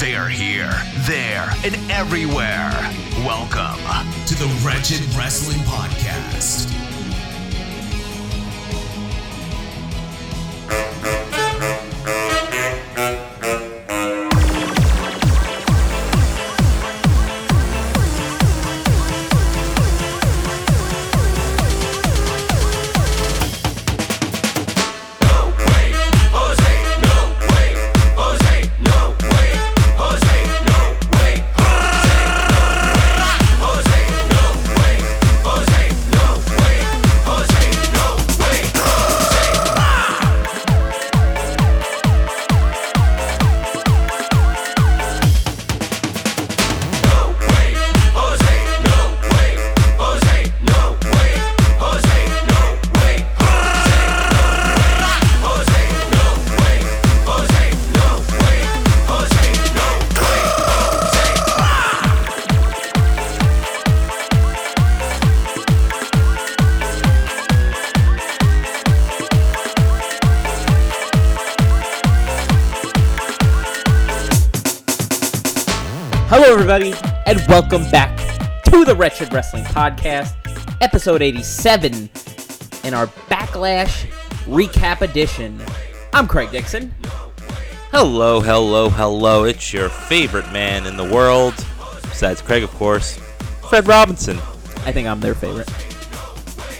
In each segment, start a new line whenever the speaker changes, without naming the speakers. They are here, there, and everywhere. Welcome to the Wretched Wrestling Podcast.
Hello, everybody, and welcome back to the Wretched Wrestling Podcast, episode 87, in our Backlash Recap Edition. I'm Craig Dixon.
Hello, hello, hello. It's your favorite man in the world, besides Craig, of course, Fred Robinson.
I think I'm their favorite.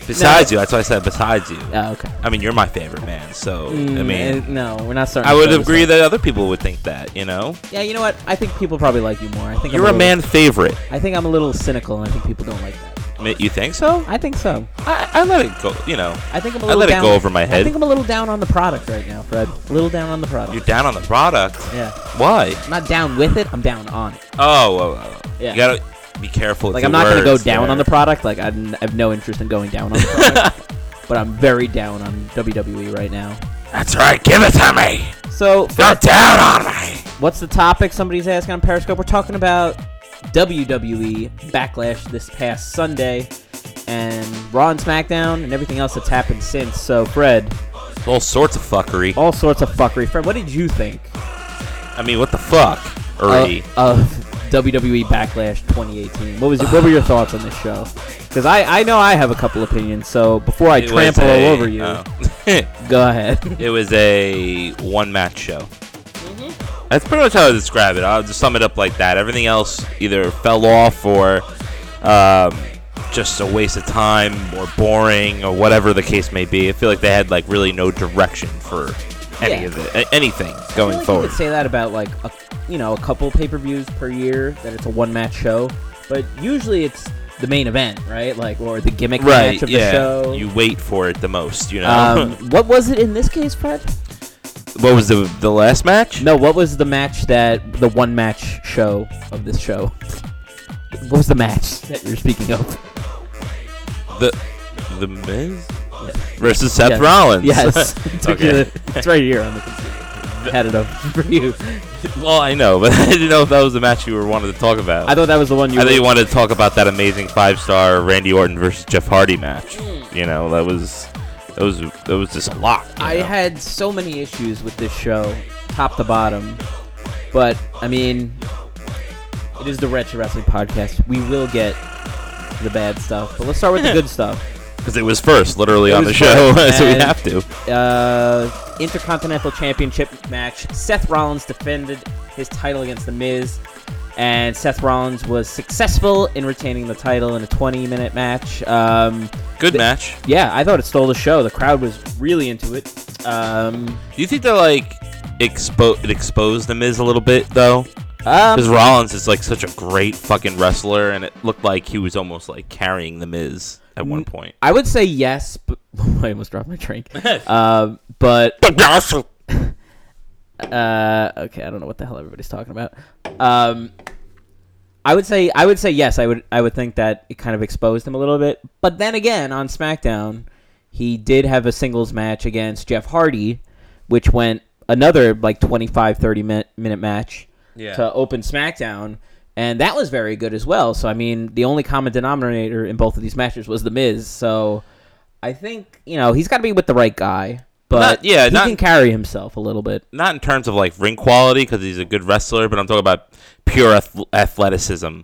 Besides you, that's why I said besides you.
Oh, okay.
I mean, you're my favorite man, so, I mean,
Mm, no, we're not starting.
I
to
would
throw this
agree
off.
that other people would think that, you know?
Yeah, you know what? I think people probably like you more. I think I'm
You're a
little-
man favorite.
I think I'm a little cynical, and I think people don't like that.
Mi- You think so?
I think so.
I, I let it go, you know.
I think I'm a
I
little
let it
down-
go over my
I
head.
think I'm a little down on the product right now, Fred. A little down on the product.
You're down on the product.
yeah.
Why?
I'm not down with it. I'm down on it.
Oh, whoa, whoa, whoa.
Yeah.
you gotta be careful. with
Like
your
I'm not going to go
words
down
there.
on the product. Like I n- I have no interest in going down on the product. but I'm very down on WWE right now.
That's right. Give it to me.
So,
You're down on me.
what's the topic? Somebody's asking on Periscope. We're talking about WWE Backlash this past Sunday and Raw and SmackDown and everything else that's happened since. So, Fred,
All sorts of fuckery.
all sorts of fuckery. Fred, what did you think
I mean, what the fuck?
Uh,
Ernie.
of, of WWE Backlash 2018? What was your, what were your thoughts on this show? Because I, I know I have a couple opinions. So before I
It was
trample
a-
all over you.
oh.
Go ahead.
it was a one match show.
Mm-hmm.
That's pretty much how I describe it. I'll just sum it up like that. Everything else either fell off or um, just a waste of time or boring or whatever the case may be. I feel like they had like really no direction for any
Yeah.
of it, a- anything
I
going
feel like You
forward.
could say that about like a, you know a couple pay per views per year that it's a one match show, but usually it's the main event, right? Like or the gimmick
Right?
match of the
yeah.
show.
You wait for it the most. You know.
um, what was it in this case, Fred?
what was the the last match?
No, what was the match that the one match show of this show? What was the match that you're speaking of?
The the Miz versus Seth
Yes.
Rollins.
Yes, Took you
Okay.
the- it's right here on the computer. I Had it up for you.
Well, I know, but I didn't know if that was the match you were wanted to talk about.
I thought that was the one you.
I
were-
thought you wanted to talk about that amazing five-star Randy Orton versus Jeff Hardy match. You know, that was that was that was just a lot. you
I
know?
had so many issues with this show, top to bottom. But I mean, it is the Wretched Wrestling Podcast. We will get the bad stuff, but let's start with the good stuff.
because it was first, literally
It
on the
was
show,
first,
so we
and-
have to.
Uh, Intercontinental Championship match. Seth Rollins defended his title against The Miz, and Seth Rollins was successful in retaining the title in a 20-minute match. Um,
Good match.
yeah, I thought it stole the show. The crowd was really into it. Um,
Do you think that like expo- it exposed the Miz a little bit though?
um,
Because Rollins is like such a great fucking wrestler, and it looked like he was almost like carrying the Miz at one point.
I would say yes, but I almost dropped my drink. um, but uh, okay, I don't know what the hell everybody's talking about. Um, I would say I would say yes. I would I would think that it kind of exposed him a little bit. But then again, on SmackDown, he did have a singles match against Jeff Hardy, which went another like 25 30 minute, minute match
Yeah.
to open SmackDown, and that was very good as well. So I mean, the only common denominator in both of these matches was the Miz. So I think, you know, he's got to be with the right guy. But
Not- yeah,
he
not-
can carry himself a little bit.
Not in terms of like ring quality because he's a good wrestler, but I'm talking about pure ath- athleticism.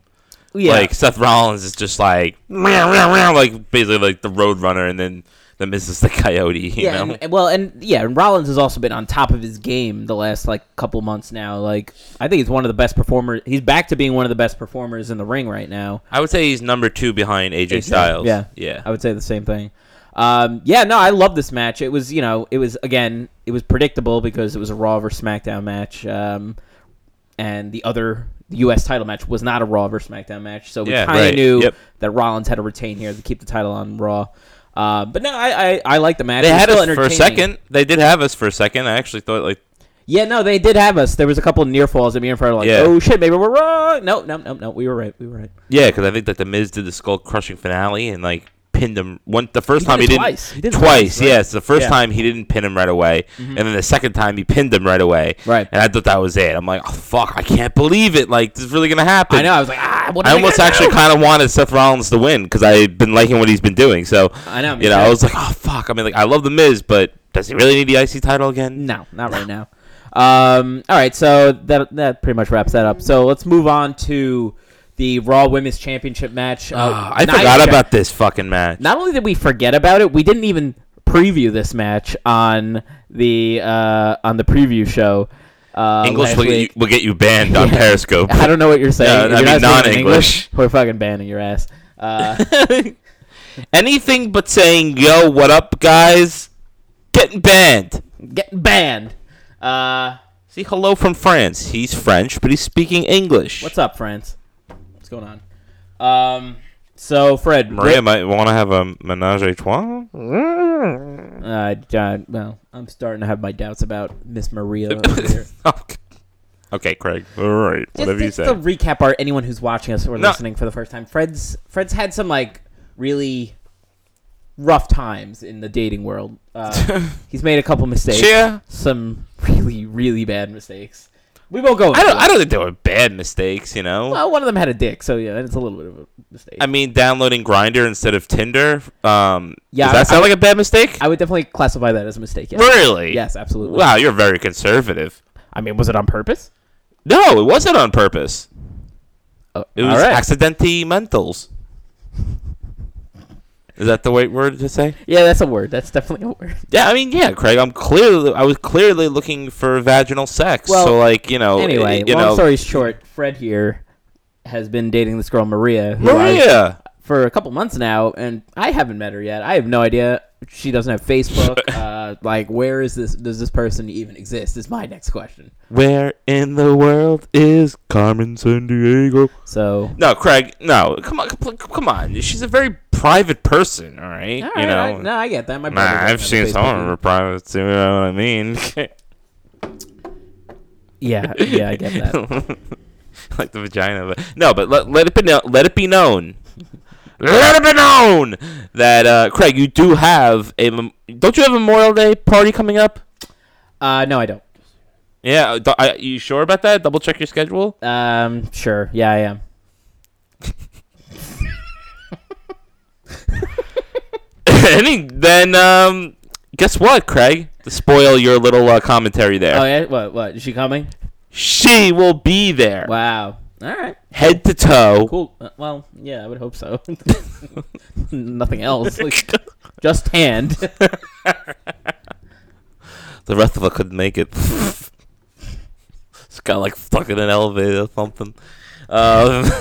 Yeah.
Like Seth Rollins is just like meow, meow, meow, like basically like the Road Runner, and then the Miz is the Coyote. You
yeah,
know?
and- well, and yeah, and Rollins has also been on top of his game the last like couple months now. Like, I think he's one of the best performers. He's back to being one of the best performers in the ring right now.
I would say he's number two behind AJ, Styles.
Yeah,
yeah.
I would say the same thing. Um, yeah, no, I love this match. It was, you know, it was again, it was predictable because it was a Raw versus SmackDown match, um, and the other U.S. title match was not a Raw versus SmackDown match, so we
Yeah,
kind of
right,
knew
yep.
that Rollins had to retain here to keep the title on Raw. Uh, but no, I I, I like the match.
They
It was
had
still
us for a
entertaining.
second. They did have us for a second. I actually thought like
Yeah, no, they did have us. There was a couple near falls that me and Fred were like,
Yeah.
oh shit, maybe we're wrong. No, no, no, no, we were right. We were right.
Yeah, because I think that the Miz did the skull crushing finale and like pinned him one the first
He did
time
it
he
twice.
didn't
He did it
twice.
twice, right?
Yes, the first
Yeah. Mm-hmm.
time he didn't pin him right away, and then the second time he pinned him right away.
Right.
and I thought that was it. I'm like, oh, fuck, I can't believe it. Like this is really gonna happen.
I know. I was like, ah, what
I
am
almost
gonna
actually
do?"
kind of wanted Seth Rollins to win because I've been liking what he's been doing. So
I know, me
You know, I
too.
was like, oh fuck. I mean, like I love the Miz, but does he really need the IC title again?
No, not right now. Um, all right, so that that pretty much wraps that up. So let's move on to the Raw Women's Championship match. Uh,
Ah, I
Nia
forgot
Jax-
about this fucking match.
Not only did we forget about it, we didn't even preview this match on the uh, on the preview show. Uh,
English
last
will get, you,
week.
will get you banned on Periscope.
I don't know what you're saying. If
Yeah, I
you're
mean,
not speaking
non-English.
We're fucking banning your ass. Uh,
anything but saying yo what up guys getting banned
getting banned. Uh,
see hello from france he's french but he's speaking english
what's up, friends? What's going on? Um, so Fred,
maria might want to have a menage a trois
Uh, John, well, I'm starting to have my doubts about Miss Maria. over here.
okay. okay craig all right
Just,
whatever you
just
say
to recap, our anyone who's watching us or
No.
listening for the first time, Fred's Fred's had some like really rough times in the dating world. Uh, he's made a couple mistakes,
Yeah.
some really really bad mistakes. We won't go. Into
I don't, I
it.
don't think there were bad mistakes you know
Well, one of them had a dick, so yeah, it's a little bit of a mistake.
i mean downloading grinder instead of tinder um
Yeah,
does
I-
that sound
I-
like a bad mistake
I would definitely classify that as a mistake. Yes,
really
yes absolutely.
wow you're very conservative
I mean, was it on purpose?
no it wasn't on purpose
Oh,
It was accidentimentals. Is that the right word to say?
Yeah, that's a word. That's definitely a word.
Yeah, I mean, yeah, Craig. I'm clearly, I was clearly looking for vaginal sex.
Well,
so, like, you know, eh,
anyway,
Oh, you
long
know,
story short, Fred here has been dating this girl Maria, who I,
Maria.
for a couple months now, and I haven't met her yet. I have no idea. She doesn't have Facebook. uh, like, where is this? Does this person even exist? Is my next question.
Where in the world is Carmen San Diego?
So,
No, Craig. No, come on, come come on. She's a very private person. All right,
all right,
you know.
I, no, I get that. My
Nah,
brother doesn't have
I've
a
seen
Facebook
some of
either.
her privates. You know what I mean?
Yeah, yeah, I get that.
like the vagina of a, no but let, let it be known let it be known let it be known that uh craig you do have a mem- don't you have a memorial day party coming up
Uh, no, I don't.
yeah d- I- you sure about that double check your schedule
Um, sure. Yeah, I am.
Any, then um guess what craig to spoil your little uh, commentary there
Oh yeah. What? What? Is she coming?
she will be there
Wow. All right.
head to toe
Cool. Uh, well, yeah, I would hope so. Nothing else. Like, just hand.
the rest of us couldn't make it it's kind of like stuck in an elevator or something um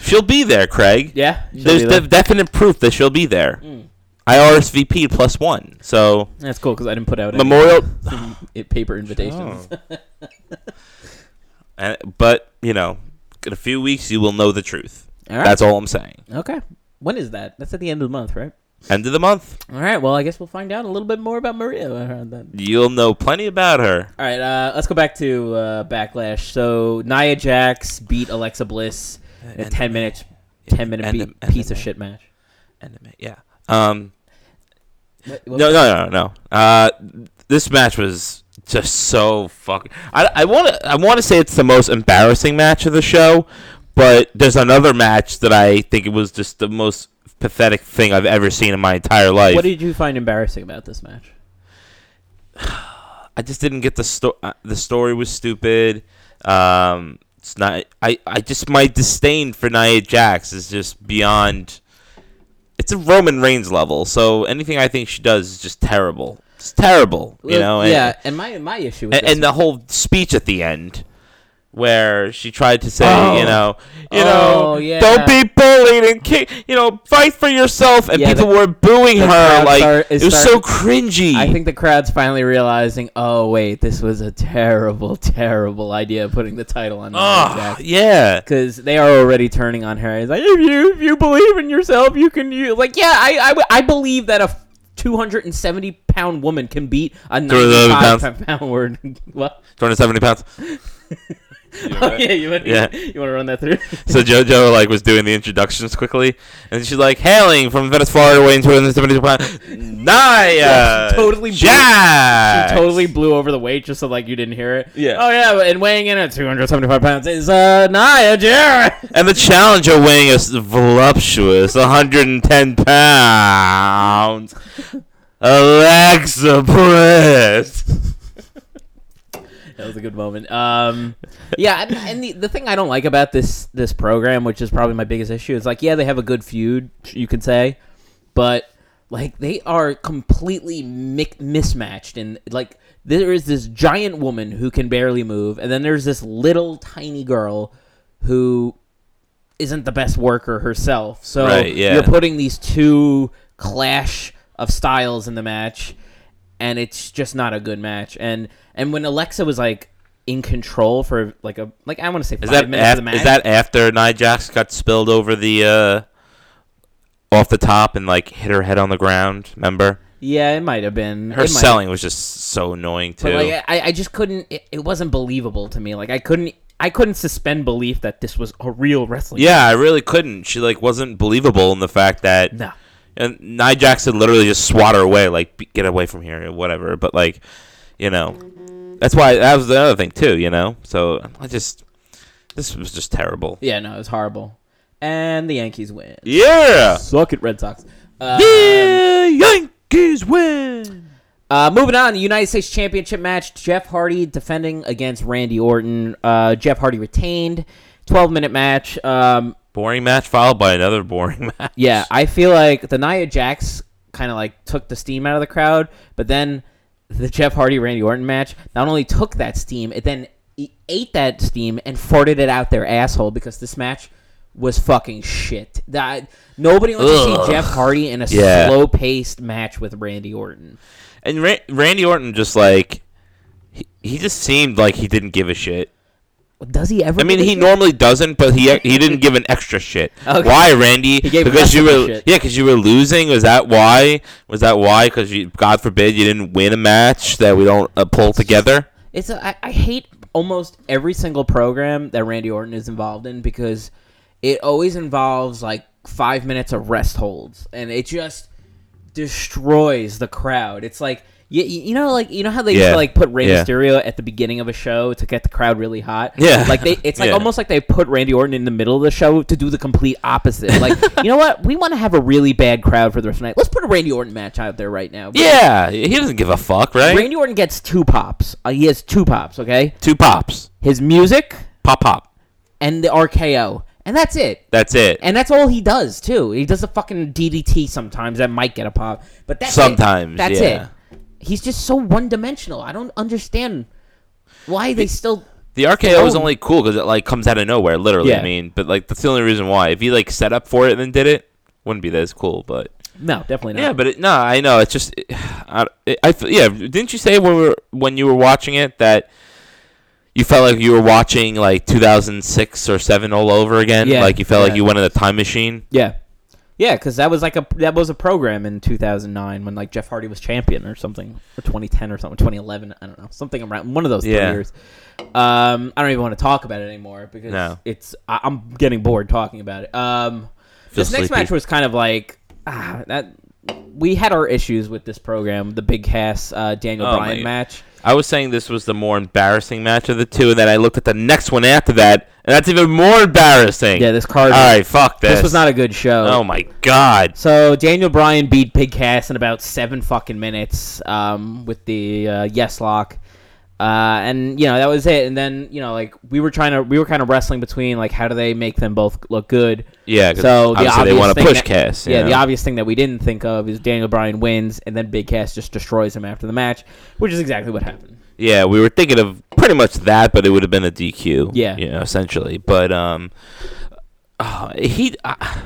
She'll be there, Craig.
yeah.
There's de- definite proof that shell be there.
Mm.
I RSVP'd plus one. So
That's cool because I didn't put out
memorial, Oh.
any it- paper invitations.
and, but you know, in a few weeks you will know the truth.
All right.
That's all I'm saying.
okay. When is that? That's at the end of the month, right?
End of the month.
All right. Well, I guess we'll find out a little bit more about Maria around then.
You'll know plenty about her.
All right, uh, let's go back to uh, Backlash. So Nia Jax beat Alexa Bliss in a
And-
ten minute, ten minute
and-
beat,
and-
piece of
and-
shit match.
Anime, yeah. Um,
What- what-
no, no, no, no. Uh, this match was just so fucking. I, I want to, I want to say it's the most embarrassing match of the show, but there's another match that I think it was just the most pathetic thing I've ever seen in my entire life.
What did you find embarrassing about this match?
I just didn't get the story. The story was stupid. Um, it's not. I, I just my disdain for Nia Jax is just beyond. It's a Roman Reigns level. So anything I think she does is just terrible. It's terrible. You
Well,
know. And,
yeah, and my my issue with
And,
this
and the whole speech at the end. Where she tried to say,
Oh.
you know, you
Oh,
know,
yeah.
don't be bullied and ki- you know, fight for yourself, and
Yeah,
people
the-
were booing
the
her
crowd
like
start-
it
is
was so
start-
cringy.
I think the crowd's finally realizing, oh wait, this was a terrible, terrible idea putting the title on Nia
Ugh,
Jax.
Ah, yeah,
because they are already turning on her. It's like if you if you believe in yourself, you can. You like yeah, I I, w- I believe that a two hundred and seventy pound woman can beat a
the
ninety five pound word. what?
two hundred seventy pounds.
Oh, yeah, you want
Yeah.
you want to run that through?
So JoJo like was doing the introductions quickly, and she's like hailing from Venice, Florida, weighing 272 pounds. Naya,
Yeah, she totally blew-
Jax!
She totally blew over the weight just so like you didn't hear it.
Yeah.
Oh yeah, and weighing in at two hundred seventy five pounds is uh Nia Jax.
And the challenger weighing is voluptuous 110 pounds. Alexa Bliss.
That was a good moment. Um, yeah, and, and the, the thing I don't like about this this program, which is probably my biggest issue, is like, yeah, they have a good feud, you could say, but like they are completely mic- mismatched, and like there is this giant woman who can barely move, and then there's this little tiny girl who isn't the best worker herself. So
Right, yeah.
you're putting these two clash of styles in the match and it's just not a good match. And and when Alexa was like in control for like a like I want to say five
Is that,
minutes of the
af-
match.
is that after Nia Jax got spilled over the uh, off the top and like hit her head on the ground? Remember?
yeah, it might have been
Her
It might-
selling was just so annoying too.
But like I, I just couldn't. It, it wasn't believable to me. Like I couldn't. I couldn't suspend belief that this was a real wrestling.
Yeah, I really couldn't. She like wasn't believable in the fact that
No.
and Nia Jackson literally just swat her away, like "Be- get away from here, or whatever. But like, you know, that's why that was the other thing too. You know, so I just this was just terrible.
Yeah. No, it was horrible. And the Yankees win.
Yeah,
Suck it, Red Sox. Uh,
yeah, Yankees win.
Uh, moving on, the United States Championship match: Jeff Hardy defending against Randy Orton. Uh, Jeff Hardy retained. Twelve minute match. Um,
Boring match followed by another boring match.
Yeah, I feel like the Nia Jax kind of like took the steam out of the crowd, but then the Jeff Hardy Randy Orton match not only took that steam, it then e- ate that steam and farted it out their asshole because this match was fucking shit. That nobody wants to
Ugh.
see Jeff Hardy in a
Yeah.
slow paced match with Randy Orton.
And Ra- Randy Orton just like he, he just seemed like he didn't give a shit.
Does he ever?
I mean,
give a
he
shit?
normally doesn't, but he he didn't give an extra shit.
Okay.
Why, Randy?
He gave
because you
wrestling
were
a shit.
yeah, because you were losing. Was that why? Was that why? Because you, God forbid, you didn't win a match that we don't uh, pull together.
It's a, I, I hate almost every single program that Randy Orton is involved in because it always involves like five minutes of rest holds, and it just destroys the crowd. It's like you, you know, like you know how they used
Yeah.
to like put Rey
Yeah.
Mysterio at the beginning of a show to get the crowd really hot.
Yeah.
like they, it's like
Yeah.
almost like they put Randy Orton in the middle of the show to do the complete opposite. Like you know what, we want to have a really bad crowd for the rest of the night. Let's put a Randy Orton match out there right now.
Yeah, he doesn't give a fuck, right?
Randy Orton gets two pops. Uh, he has two pops. Okay
Two pops,
his music
pop pop.
and the RKO, and that's it.
That's it.
And that's all he does too. He does a fucking DDT sometimes that might get a pop, but that's it.
Sometimes,
That's
yeah.
it. He's just so one dimensional. I don't understand why they still.
the RKO is
Oh.
only cool because it like comes out of nowhere, literally.
Yeah.
I mean, but like that's the only reason why. If he like set up for it and then did it, wouldn't be this cool. But
No, definitely not.
Yeah, but it, no, I know. It's just, it, I, it, I, feel- yeah. Didn't you say when we were, when you were watching it that you felt like you were watching like 2006 or seven all over again?
Yeah,
like you felt
yeah.
like you went in a time machine.
yeah. Yeah, because that was like a that was a program in 2009 when like Jeff Hardy was champion or something, or 2010 or something, 2011. I don't know, something around one of those three
Yeah.
years. Um, I don't even want to talk about it anymore because
No.
it's I, I'm getting bored talking about it. Um,
Feel
this next
sleepy.
match was kind of like ah, that. We had our issues with this program, the Big Cass uh, Daniel
Oh,
Bryan
my-
match.
I was saying this was the more embarrassing match of the two, and then I looked at the next one after that, and that's even more embarrassing.
Yeah, this card.
All right, fuck this.
This was not a good show.
Oh my god.
So Daniel Bryan beat Big Cass in about seven fucking minutes um, with the uh, yes lock, uh, and you know that was it. And then you know like we were trying to we were kind of wrestling between like how do they make them both look good.
Yeah,
So
'cause
the
obviously
obvious
they wanna
thing
push
that-
Cass, you
Yeah, the
know.
obvious thing that we didn't think of is Daniel Bryan wins, and then Big Cass just destroys him after the match, which is exactly what happened.
Yeah, we were thinking of pretty much that, but it would have been a DQ.
Yeah.
you know, essentially. But um, uh, he, I,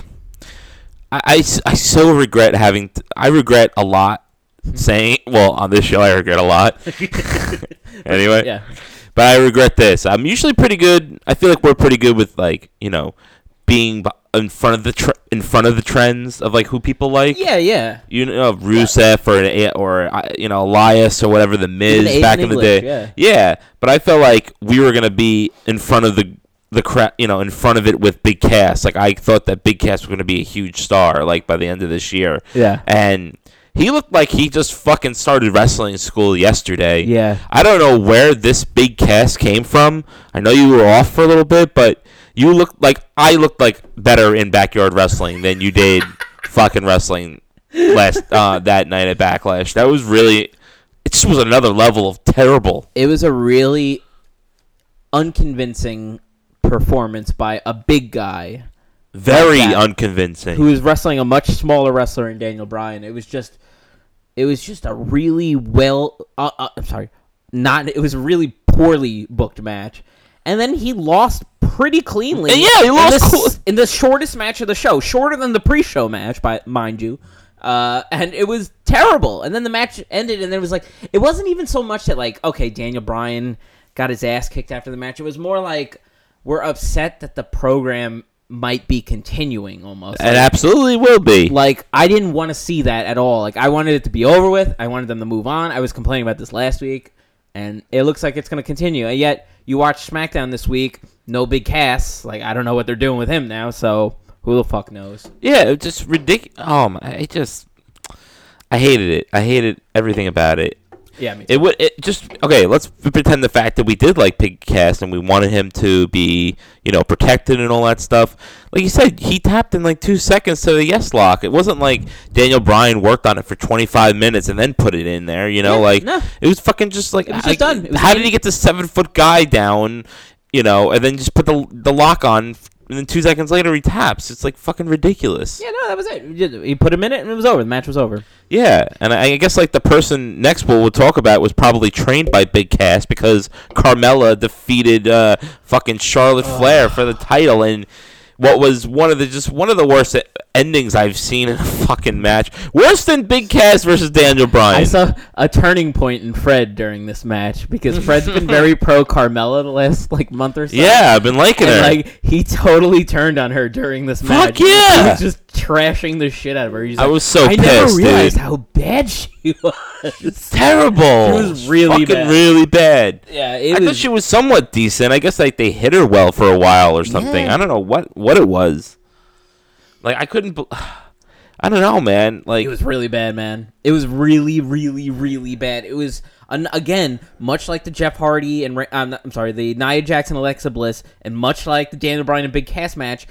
I, I s- I so regret having. T- I regret a lot
Mm-hmm.
saying. Well, on this show, I regret a lot. anyway,
Yeah.
But I regret this. I'm usually pretty good. I feel like we're pretty good with like you know being b- in front of the tr in front of the trends of like who people like.
Yeah, yeah.
You know Rusev or an, or uh, you know Elias or whatever the Miz
Even
back
Aiden
in the
English,
day. Yeah. but I felt like we were gonna be in front of the the crowd, you know, in front of it with Big Cass. Like I thought that Big Cass was gonna be a huge star, like by the end of this year.
Yeah.
and he looked like he just fucking started wrestling school yesterday.
Yeah.
I don't know where this big cast came from. I know you were off for a little bit, but you looked like I looked like better in backyard wrestling than you did fucking wrestling last uh, that night at Backlash. That was really it just was another level of terrible.
It was a really unconvincing performance by a big guy
Very
Like that.
unconvincing.
who was wrestling a much smaller wrestler in Daniel Bryan. It was just, it was just a really well. Uh, uh, I'm sorry, not. It was a really poorly booked match, and then he lost pretty cleanly.
And yeah, he lost
in the,
cool-
in the shortest match of the show, shorter than the pre-show match, by mind you. Uh, and it was terrible. And then the match ended, and then it was like it wasn't even so much that like okay, Daniel Bryan got his ass kicked after the match. It was more like we're upset that the program might be continuing almost.
it absolutely will be.
Like I didn't want to see that at all. Like I wanted it to be over with. I wanted them to move on. I was complaining about this last week, and it looks like it's going to continue. And yet you watch SmackDown this week. No big Cass. Like I don't know what they're doing with him now. So who the fuck knows?
Yeah, it was just ridiculous. Oh my, I just I hated it. I hated everything about it.
Yeah, me too.
It would it just okay. Let's f- pretend the fact that we did like Big Cass and we wanted him to be you know protected and all that stuff. Like you said, he tapped in like two seconds to the yes lock. It wasn't like Daniel Bryan worked on it for 25 minutes and then put it in there. You know,
Yeah,
like
no.
it was fucking just like it
was just done. It was
how did
in-
he get the seven foot guy down? You know, and then just put the the lock on. And then two seconds later, he taps. It's like fucking ridiculous.
yeah, no, that was it. We did- He put him in it, and it was over. The match was over.
Yeah, and I I guess like the person next we'll, we'll talk about was probably trained by Big Cass because Carmella defeated uh, fucking Charlotte Flair for the title and what was one of the just one of the worst e- endings I've seen in a fucking match. Worse than Big Cass versus Daniel Bryan.
I saw a turning point in Fred during this match because Fred's been very pro Carmella the last like month or so.
yeah, I've been liking
And,
her.
like he totally turned on her during this match.
yeah!
He was just trashing the shit out of her. He's
I
like,
was so
I never
pissed,
realized
dude.
how bad she was.
terrible.
It was really
fucking
bad.
really bad.
yeah, it
I
was.
thought she was somewhat decent. I guess like they hit her well for a while or something.
Yeah.
I don't know what what it was. Like I couldn't. bel I don't know, man. Like
it was really bad, man. It was really, really, really bad. It was an, again much like the Jeff Hardy and Ra- I'm, not- I'm sorry, the Nia Jackson Alexa Bliss, and much like the Daniel Bryan and Big Cass match,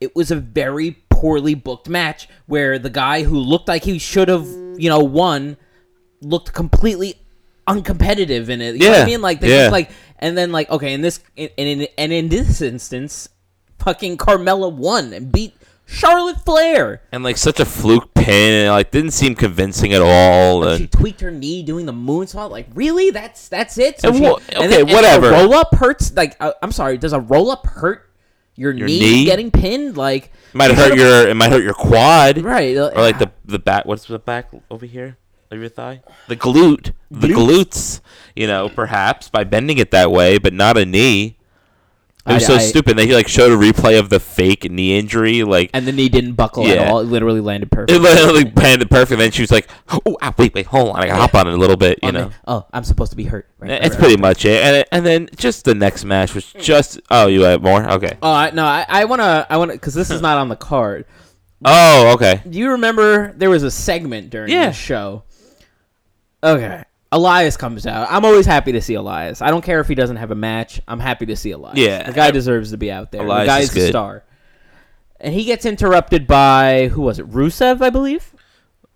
it was a very poorly booked match where the guy who looked like he should have, you know, won looked completely uncompetitive in it. You know what I
Yeah,
mean? Like they
yeah.
just like and then like okay, in this and in and in this instance, fucking Carmella won and beat Charlotte Flair.
and like such a fluke pin, and like didn't seem convincing at all.
She
And
tweaked her knee doing the moonsault. Like, really? That's that's it. So
And
she-
wha- okay,
a
whatever.
roll up hurts. Like, uh, I'm sorry. Does a roll up hurt your, knee,
knee?
getting pinned? Like,
it might hurt your it might hurt your quad,
Right, uh,
Or like the the back. What's the back over here of your thigh? The glute, the glutes. You know, perhaps by bending it that way, but not a knee. It was
I-
so
I-
stupid that he like showed a replay of the fake knee injury, like
and the knee didn't buckle at
Yeah.
all. It literally landed perfect.
it literally planned it perfect. Then she was like, "Oh, ow, wait, wait, hold on, I gotta hop on it a little bit," you
On the-
know.
oh, I'm supposed to be hurt. Right, right,
That's
right.
pretty much it. And and then just the next match was just oh, you have more? Okay.
Oh I, no, I, I wanna, I wanna, because this is not on the card.
Oh, okay.
Do you remember there was a segment during
Yeah.
the show? Okay. Elias comes out. I'm always happy to see Elias. I don't care if he doesn't have a match. I'm happy to see Elias.
Yeah.
The guy deserves to be out there.
Elias
the guy's
is
a
good.
star. And he gets interrupted by who was it? Rusev, I believe.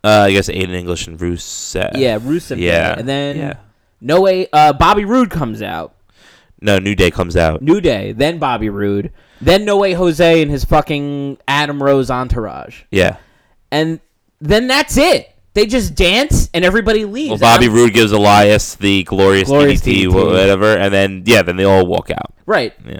Uh, I guess Aiden English and Rusev.
Yeah, Rusev. did
Uh, Yeah.
it. And then
Yeah.
no way uh, Bobby Roode comes out.
No, New Day comes out.
New Day, then Bobby Roode, then No Way Jose and his fucking Adam Rose entourage.
Yeah.
and then that's it. They just dance and everybody leaves.
Well, Bobby
And I'm-
Roode gives Elias the glorious,
Glorious
DDT,
DDT.
whatever, and then yeah, then they all walk out.
right?
Yeah.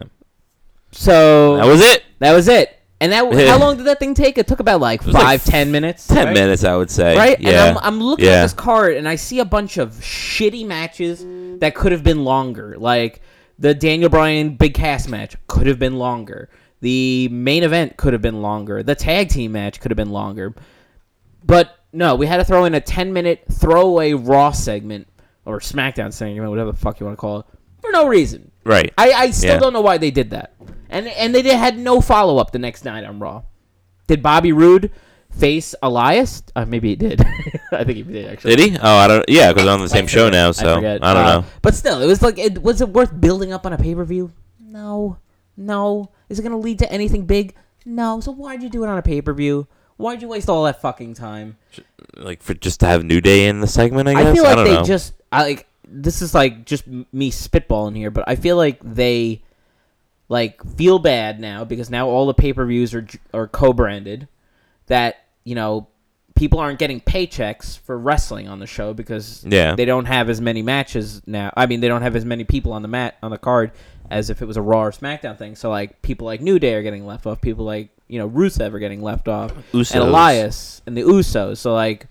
So
That was it.
it. And that how long did that thing take? It took about like five,
was like
ten minutes.
Ten
right?
minutes, I would say.
right?
Yeah.
And I'm, I'm looking
Yeah.
at this card and I see a bunch of shitty matches that could have been longer. Like the Daniel Bryan Big Cass match could have been longer. The main event could have been longer. The tag team match could have been longer. But no, we had to throw in a 10 minute throwaway Raw segment or SmackDown segment, whatever the fuck you want to call it, for no reason.
Right.
I, I still
Yeah.
don't know why they did that. And and they did, had no follow up the next night on Raw. Did Bobby Roode face Elias? Uh, maybe he did. I think he did actually.
Did he? Oh, I don't. Yeah, because on the same show now, so I,
forget.
don't
Uh,
know.
But still, it was like, it, was it worth building up on a pay per view? No, no. Is it going to lead to anything big? No. So why'd you do it on a pay per view? Why'd you waste all that fucking time?
Like for just to have New Day in the segment, I guess.
I feel like
don't
they
know.
just I like this is like just m- me spitballing here, but I feel like they like feel bad now because now all the pay-per-views are j- are co-branded that, you know, people aren't getting paychecks for wrestling on the show because
Yeah.
they don't have as many matches now. I mean, they don't have as many people on the mat on the card as if it was a Raw or SmackDown thing. So like people like New Day are getting left off, people like, you know, Rusev are getting left off,
Usos.
and Elias and the Usos. So like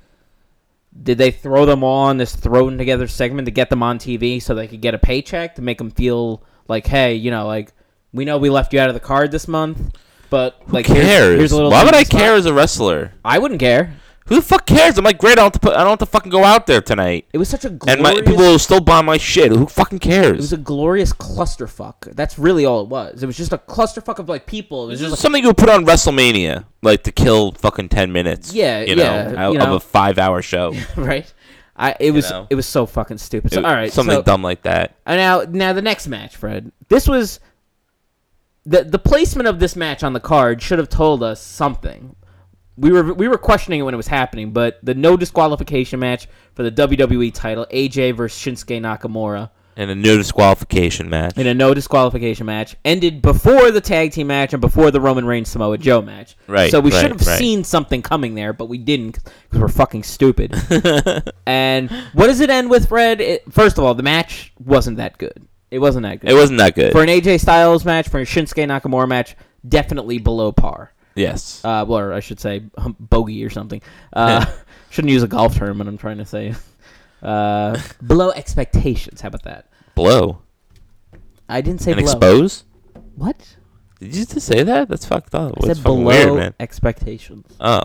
did they throw them all on this thrown together segment to get them on TV so they could get a paycheck to make them feel like, hey, you know, like we know we left you out of the card this month, but like
Who
here's-
cares.
Here's, a little.
Why would I
something
care
spot."
as a wrestler?
I wouldn't care.
Who the fuck cares? I'm like, great. I don't have to put. I don't have to fucking go out there tonight.
It was such a glorious.
And my people will still buy my shit. Who fucking
it
cares?
was a glorious clusterfuck. That's really all it was. It was just a clusterfuck of like people. It was
This
just
is
like,
something you would put on WrestleMania, like to kill fucking ten minutes.
Yeah,
you know,
yeah,
out
you
of
know.
a five-hour show.
right. I it was
know.
it was so fucking stupid. So,
It-
all right,
something
so-
dumb like that.
And Uh, now, now the next match, Fred. This was the the placement of this match on the card should have told us something. We were we were questioning it when it was happening, but the no disqualification match for the WWE title, AJ versus Shinsuke Nakamura,
And a no disqualification match.
in a no disqualification match, ended before the tag team match and before the Roman Reigns Samoa Joe match.
Right,
So we
right,
should have
right.
seen something coming there, but we didn't because we're fucking stupid. and what does it end with, Fred? It, first of all, the match wasn't that good. It wasn't that good
It wasn't that good.
for an AJ Styles match, for a Shinsuke Nakamura match, definitely below par.
yes.
Uh, or I should say um, bogey or something. Uh, shouldn't use a golf term when I'm trying to say uh, below expectations. How about that?
Blow.
I didn't say
And
below.
expose.
What?
Did you just say that? That's fucked up.
I
It's
said
fucking
below
weird, man.
expectations.
Oh, I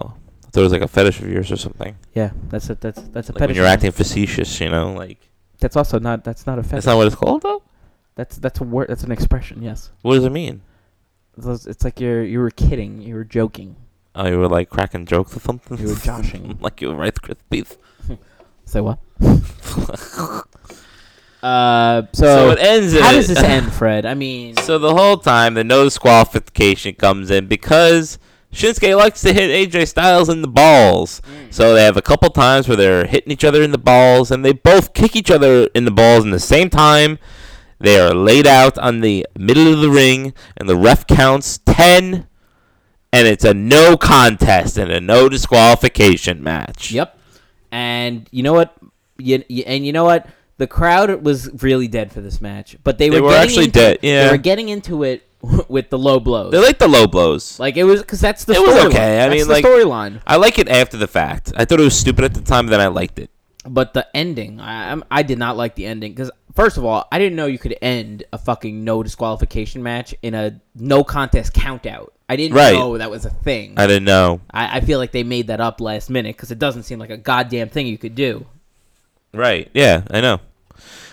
thought it was like a fetish of yours or something.
Yeah, that's a that's that's a
Like when
fetish.
you're acting facetious, you know, like
That's also not that's not a fetish.
that's not what it's called though.
that's that's a word. That's an expression. Yes.
What does it mean?
Those- It's like you're you were kidding. You were joking.
Oh, you were like cracking jokes or something.
You were joshing.
like you were Rice Krispies.
Say what? uh, so,
So it ends. in
how
a-
does this end, Fred? I mean,
So the whole time, the no disqualification comes in because Shinsuke likes to hit AJ Styles in the balls. So they have a couple times where they're hitting each other in the balls, and they both kick each other in the balls in the same time. They are laid out on the middle of the ring, and the ref counts 10, and it's a no contest and a no disqualification match.
Yep. And you know what? You, you, and you know what? The crowd was really dead for this match, but they,
They were
getting
actually
into-
dead, yeah.
they were getting into it with the low blows.
They like the low blows.
like it was because that's the
It was
storyline.
okay. I
That's
mean,
the
like-
storyline.
I like it after the fact. I thought it was stupid at the time, then I liked it.
But the ending, I, I'm- I did not like the ending because first of all, I didn't know you could end a fucking no disqualification match in a no contest count out. I didn't
Right.
know that was a thing.
I didn't know.
I, I feel like they made that up last minute because it doesn't seem like a goddamn thing you could do.
Right. Yeah, I know.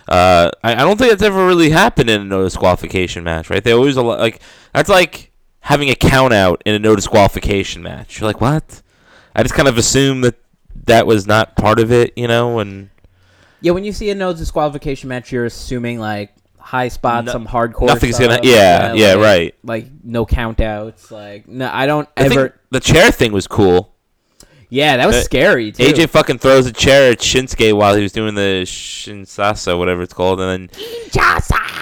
Uh, I, I don't think that's ever really happened in a no disqualification match, right? They always allow, like that's like having a count out in a no disqualification match. You're like, what? I just kind of assumed that that was not part of it, you know, and
Yeah, when you see a no disqualification match, you're assuming like high spot,
No-
some hardcore.
nothing's
stuff,
gonna- yeah, yeah,
like-
right.
Like no countouts. Like no, I don't
I
ever.
think the chair thing was cool.
yeah, that was
uh,
scary too.
AJ fucking throws a chair at Shinsuke while he was doing the Shinsasa, whatever it's called, and then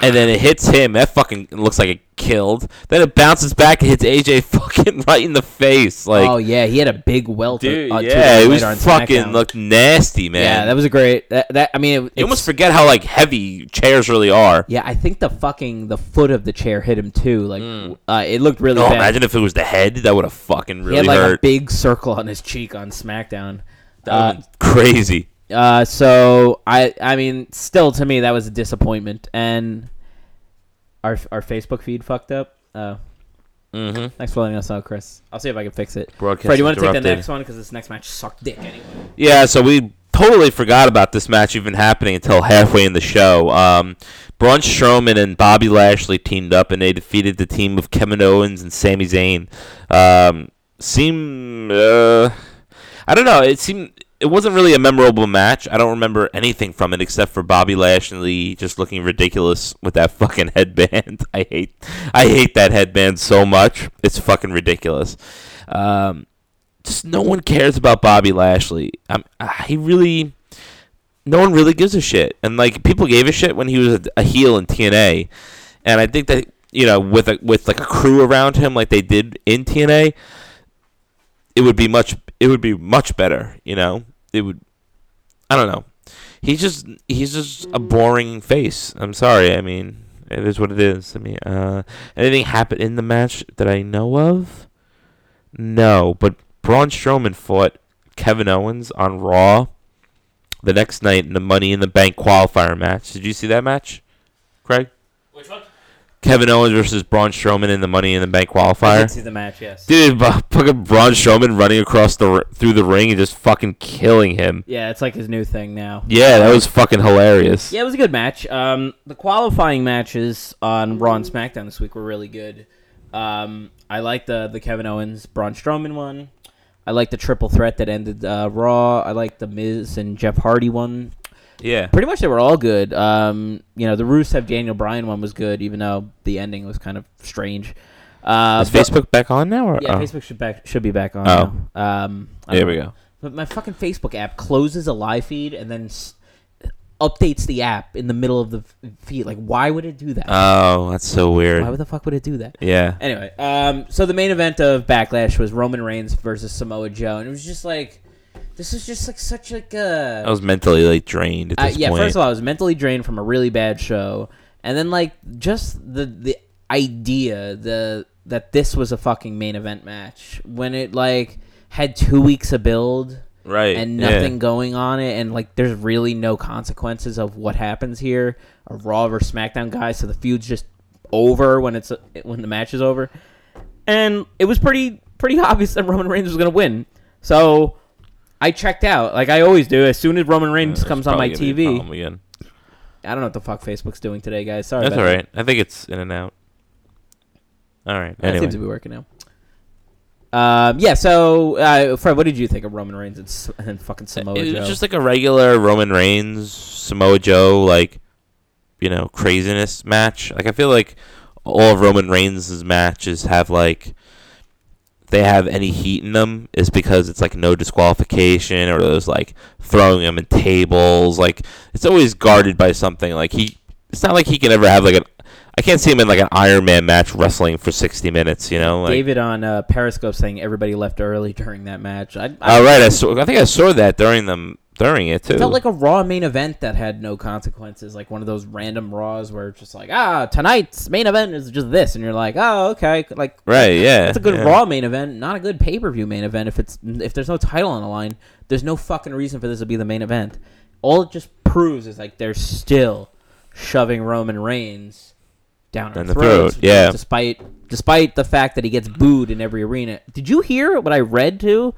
and then it hits him. That fucking looks like it killed. Then it bounces back and hits AJ fucking right in the face. Like,
oh yeah, he had a big welt.
dude,
uh, two
yeah,
days
it was
later on
fucking
SmackDown.
looked nasty, man.
Yeah, that was a great. That, that I mean, it, it's-
you almost forget how like heavy chairs really are.
Yeah, I think the fucking the foot of the chair hit him too. Like, uh, it looked really
Oh,
bad.
imagine if it was the head. That would have fucking
he
really
had like
hurt. Uh,
a big uh, circle on his cheek on SmackDown. Um,
That would've been crazy.
Uh, so I I mean, still to me that was a disappointment, and our our Facebook feed fucked up. Uh,
Mm-hmm.
thanks for letting us know, Chris. I'll see if I can fix it.
Broadcast
Fred, you want to take the
interrupted.
next one because this next match sucked dick anyway.
Yeah, so we totally forgot about this match even happening until halfway in the show. Um, Braun Strowman and Bobby Lashley teamed up and they defeated the team of Kevin Owens and Sami Zayn. Um, seem uh, I don't know. It seemed it wasn't really a memorable match. I don't remember anything from it except for Bobby Lashley just looking ridiculous with that fucking headband. I hate I hate that headband so much. It's fucking ridiculous. Um, just no one cares about Bobby Lashley. Um, uh, he really, no one really gives a shit. And like people gave a shit when he was a, a heel in TNA, and I think that you know with a with like a crew around him like they did in TNA, it would be much it would be much better. You know, it would. I don't know. He's just he's just a boring face. I'm sorry. I mean, it is what it is. I mean, uh, anything happened in the match that I know of? No, but Braun Strowman fought Kevin Owens on Raw the next night in the Money in the Bank qualifier match. Did you see that match, Craig?
Which one?
Kevin Owens versus Braun Strowman in the Money in the Bank
I
qualifier.
did see the match. Yes.
Dude, bu- fucking Braun Strowman running across the r- through the ring and just fucking killing him.
Yeah, it's like his new thing now.
Yeah, that was fucking hilarious.
Yeah, it was a good match. Um, the qualifying matches on Raw and SmackDown this week were really good. Um, I like the the Kevin Owens Braun Strowman one. I like the triple threat that ended uh, Raw. I like the Miz and Jeff Hardy one.
Yeah.
Pretty much they were all good. Um, you know, the Rusev Daniel Bryan one was good, even though the ending was kind of strange. Uh,
Is
but-
Facebook back on now? Or?
yeah,
oh.
Facebook should back should be back on.
Oh.
now. um, I
There
don't
we
know.
go.
But my fucking Facebook app closes a live feed and then s- updates the app in the middle of the f- feed. Like, why would it do that?
Oh, that's so
why
weird.
would the fuck would it do that?
Yeah.
Anyway, um, so the main event of Backlash was Roman Reigns versus Samoa Joe, and it was just like, this is just like such like a
I was mentally like drained at
uh,
this
yeah,
point.
first of all, I was mentally drained from a really bad show, and then like just the the idea the that this was a fucking main event match when it like had two weeks of build
right.
and
yeah.
nothing going on it, and like there's really no consequences of what happens here. A Raw or SmackDown guy, so the feud's just over when it's when the match is over, and it was pretty pretty obvious that Roman Reigns was gonna win. So I checked out, like I always do. As soon as Roman Reigns
That's
comes on my
Uh, probably gonna be a problem
TV,
again.
I don't know what the fuck Facebook's doing today, guys. Sorry,
That's
about
all
that.
right. I think it's in and out. All right.
That
Anyway,
seems to be working now. Um, yeah, so uh, Fred, what did you think of Roman Reigns and, S- and fucking Samoa
it
Joe?
was just like a regular Roman Reigns, Samoa Joe, like you know, craziness match. Like I feel like all of Roman Reigns' matches have like they have any heat in them is because it's like no disqualification or those like throwing him in tables. Like it's always guarded by something. Like he, it's not like he can ever have like an. I can't see him in like an Iron Man match wrestling for sixty minutes. You know, like
David on
Oh,
uh, Periscope saying everybody left early during that match. I, I,
All right, I saw. I think I saw that during the during it too.
It felt like a Raw main event that had no consequences, like one of those random Raws where it's just like, ah, tonight's main event is just this, and you're like, oh, okay, like
right, yeah.
It's a good
yeah.
Raw main event, not a good pay per view main event. If it's if there's no title on the line, there's no fucking reason for this to be the main event. All it just proves is like they're still shoving Roman Reigns down our
Down the
throats,
throat, yeah.
Despite despite the fact that he gets booed in every arena. Did you hear what I read too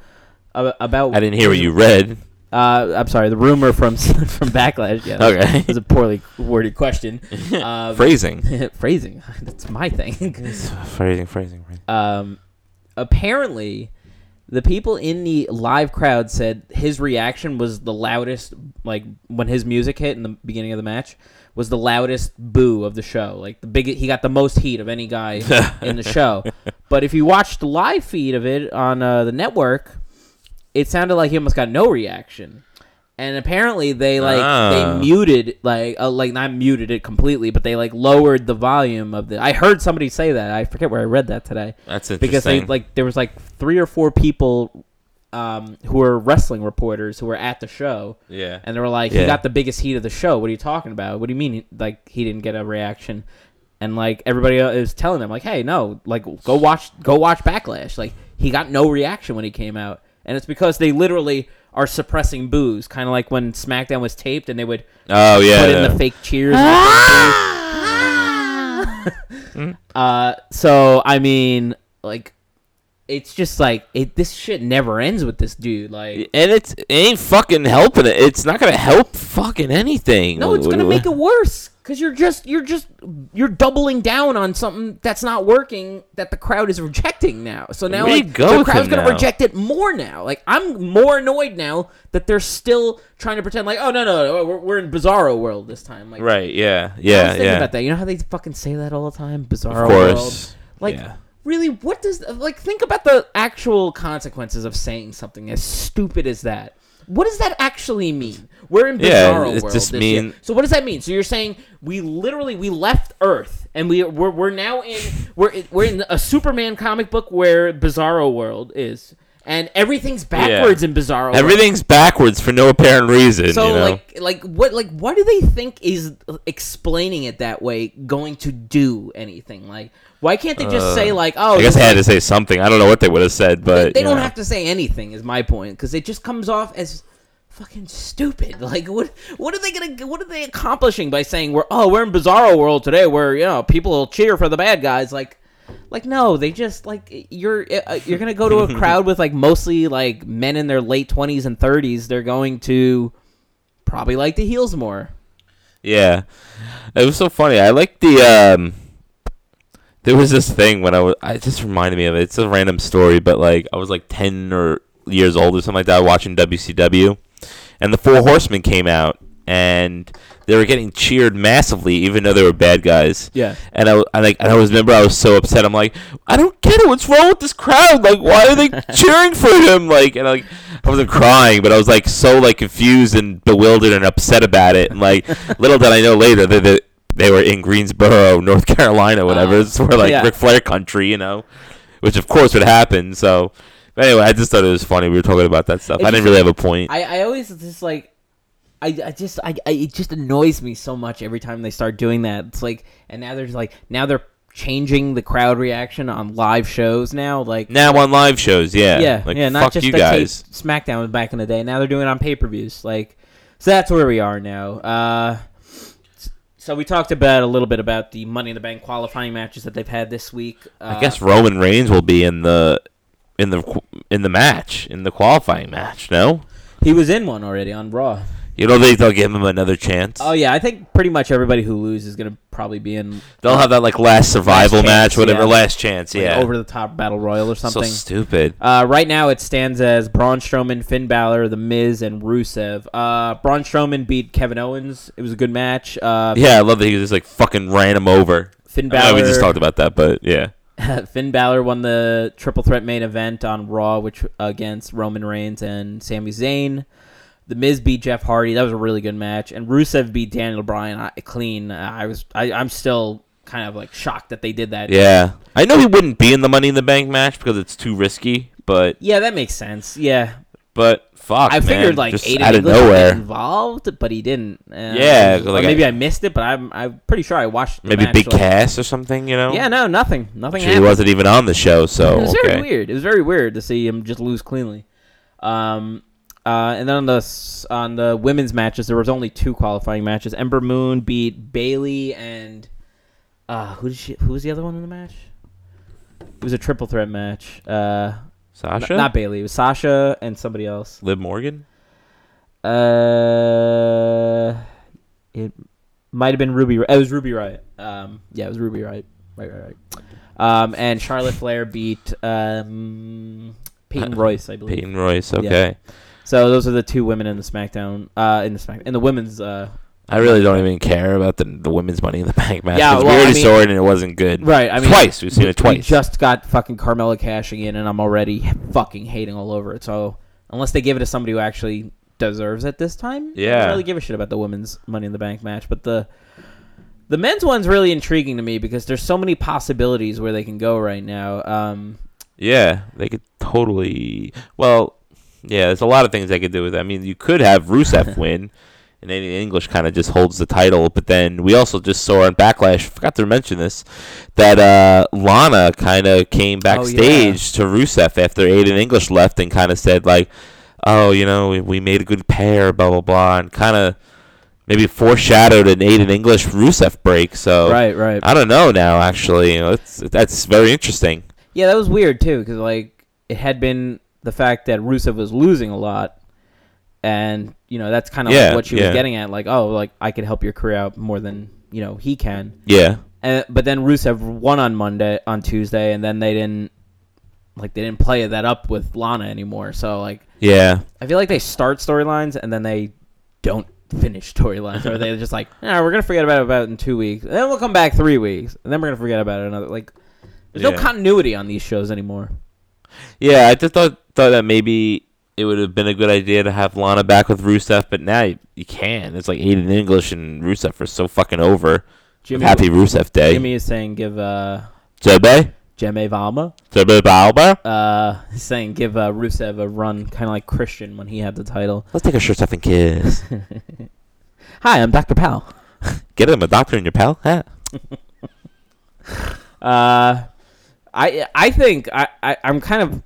a- about?
I didn't hear what you read.
Uh, I'm sorry, the rumor from from Backlash. Yeah, that
Okay.
was a poorly worded question. Um,
Phrasing,
phrasing. That's my thing.
Ah, phrasing, phrasing, phrasing.
um, apparently the people in the live crowd said his reaction was the loudest like when his music hit in the beginning of the match was the loudest boo of the show like the big he got the most heat of any guy in the show but if you watched the live feed of it on uh, the network it sounded like he almost got no reaction and apparently they like
Ah.
they muted like uh, like not muted it completely but they like lowered the volume of the i heard somebody say that i forget where i read that today
That's
because they
interesting.
like there was like three or four people um, who were wrestling reporters who were at the show
yeah,
and they were like
Yeah.
he got the biggest heat of the show what are you talking about what do you mean he- like he didn't get a reaction and like everybody el- is telling them like hey no like go watch go watch backlash like he got no reaction when he came out and it's because they literally are suppressing boos kind of like when smackdown was taped and they would
oh yeah,
put
yeah.
in the fake cheers. and the
Hmm?
fake boo. uh, so I mean, like, it's just like it. This shit never ends with this dude. Like,
and it's it ain't fucking helping it. It's not gonna help fucking anything.
no, it's
What-
gonna
what-
make it worse because you're just you're just you're doubling down on something that's not working that the crowd is rejecting now. So now
Where you
like,
go
the
with
crowd's
him
gonna
now?
reject it more now. Like, I'm more annoyed now that they're still trying to pretend like, oh no no, we're, we're in Bizarro world this time. Like,
Right? Yeah,
I was
yeah,
thinking
yeah.
about that. You know how they fucking say that all the time? Bizarro
Of course.
world. Like,
Yeah.
really, what does like think about the actual consequences of saying something as stupid as that? What does that actually mean? We're in
Yeah,
bizarro
it
world.
just
this year.
mean-
So what does that mean? So you're saying we literally we left Earth and we we're, we're now in we're in- we're in a Superman comic book where Bizarro world is, and everything's backwards in Bizarro. world.
Everything's backwards for no apparent reason.
So
you know?
like like what like what do they think is explaining it that way going to do anything? Like why can't they just say like oh
Uh, I guess
this
I had
is-
to say something. I don't know what they would have said, but
they
you
don't
know.
have to say anything is my point because it just comes off as fucking stupid. Like what what are they gonna what are they accomplishing by saying we're oh we're in Bizarro World today where you know people will cheer for the bad guys like. Like no, they just like you're uh, you're gonna go to a crowd with like mostly like men in their late twenties and thirties. They're going to probably like the heels more.
Yeah, it was so funny. I like the um. There was this thing when I was. I it just reminded me of it. It's a random story, but like I was like ten or years old or something like that, watching WCW, and the Four Horsemen came out, and they were getting cheered massively, even though they were bad guys.
Yeah.
And I, w- I like, and I always remember I was so upset. I'm like, I don't get it. What's wrong with this crowd? Like, why are they cheering for him? Like, and like, I wasn't crying, but I was like so like confused and bewildered and upset about it. And like, little did I know later that they, they were in Greensboro, North Carolina, whatever.
Oh,
it's where like
yeah.
Ric Flair country, you know, which of course would happen. So, but anyway, I just thought it was funny. We were talking about that stuff. I didn't really have a point.
I, I always just like I, I just I, I it just annoys me so much every time they start doing that. It's like and now there's like now they're changing the crowd reaction on live shows now. Like
now on live shows, yeah,
yeah,
like
yeah,
fuck
not just
you
the tape
guys.
SmackDown was back in the day. Now they're doing it on pay per views. Like so that's where we are now. Uh so we talked about a little bit about the Money in the Bank qualifying matches that they've had this week. Uh,
I guess Roman Reigns will be in the in the qu- in the match in the qualifying match. No,
he was in one already on Raw.
you don't think they'll give him another chance?
Oh yeah, I think pretty much everybody who loses is gonna probably be in
They'll have that like last survival
Last chance,
match, whatever,
yeah.
last chance.
like,
Yeah,
over the top battle royal or
so
something.
stupid.
uh, right now, it stands as Braun Strowman, Finn Balor, The Miz, and Rusev. Uh, Braun Strowman beat Kevin Owens. It was a good match. Uh,
Yeah, I love that he just like fucking ran him over.
Finn
I know we just
Balor-
talked about that, but yeah,
Finn Balor won the triple threat main event on Raw, which against Roman Reigns and Sami Zayn. The Miz beat Jeff Hardy. That was a really good match, and Rusev beat Daniel Bryan uh, clean. Uh, I was, I, I'm still kind of like shocked that they did that.
yeah. I know he wouldn't be in the Money in the Bank match because it's too risky, but
Yeah, that makes sense. Yeah,
But fuck,
I figured
man,
like
just
Aiden
out of
English would've been
nowhere.
involved, but he didn't. Uh,
Yeah,
or
like
maybe
I-
I, missed it, but I'm I'm pretty sure I watched. The
Maybe
match,
big
like-
cast or something, you know?
Yeah, no, nothing, nothing.
She
happened.
wasn't even on the show, so
It was
okay.
very weird. It was very weird to see him just lose cleanly. Um, uh, and then on the s- on the women's matches, there was only two qualifying matches. Ember Moon beat Bailey and uh, who did she? Who was the other one in the match? It was a triple threat match. Uh,
Sasha,
n- not Bailey. It was Sasha and somebody else.
Liv Morgan.
Uh, it might have been Ruby. Ri- It was Ruby Riot. Um, yeah, it was Ruby Riot. Right, right, right. Um, and Charlotte Flair beat um Peyton Royce, I believe.
Peyton Royce. Okay,
So those are the two women in the SmackDown. Uh, in the Smack in the women's. Uh,
I really don't even care about the the women's Money in the Bank match.
Yeah,
'cause
well,
we
I
already
mean-
saw it and it wasn't good.
right, I mean
twice we've seen it
We
twice.
just got fucking Carmella cashing in, and I'm already fucking hating all over it. So unless they give it to somebody who actually deserves it this time, I
Yeah.
don't really give a shit about the women's Money in the Bank match. But the the men's one's really intriguing to me because there's so many possibilities where they can go right now. Um,
Yeah, they could totally. Well, yeah, there's a lot of things they could do with. That. I mean, you could have Rusev win, and then English kind of just holds the title. But then we also just saw in Backlash. Forgot to mention this that uh, Lana kind of
Oh,
came backstage to Rusev after Aiden English left and kind of said like, "Oh, you know, we, we made a good pair, blah blah blah," and kind of maybe foreshadowed an Aiden English Rusev break. So
right, right.
Oh. I don't know now. Actually, that's that's very interesting.
Yeah, that was weird too, because like it had been the fact that Rusev was losing a lot, and you know that's kind of
Yeah,
like what she
yeah.
was getting at, like oh, like I could help your career out more than you know he can.
Yeah.
And, but then Rusev won on Monday, on Tuesday, and then they didn't like they didn't play that up with Lana anymore. So like
Yeah.
I feel like they start storylines and then they don't finish storylines, or they're just like, nah, we're gonna forget about it about it in two weeks, and then we'll come back three weeks, and then we're gonna forget about it another like. There's
Yeah.
no continuity on these shows anymore.
Yeah, I just thought thought that maybe it would have been a good idea to have Lana back with Rusev, but now you, you can. It's like Aiden English and Rusev are so fucking over.
Jimmy-
Happy Rusev Day.
Jimmy is saying give uh
Jebe?
Jemmy Valma
Jebe Balba?
uh he's saying give uh, Rusev a run, kind of like Christian when he had the title.
Let's take our shirts off and kiss.
Hi, I'm Dr. Pal.
Get him a doctor in your pal hat.
Uh, I I think I, I I'm kind of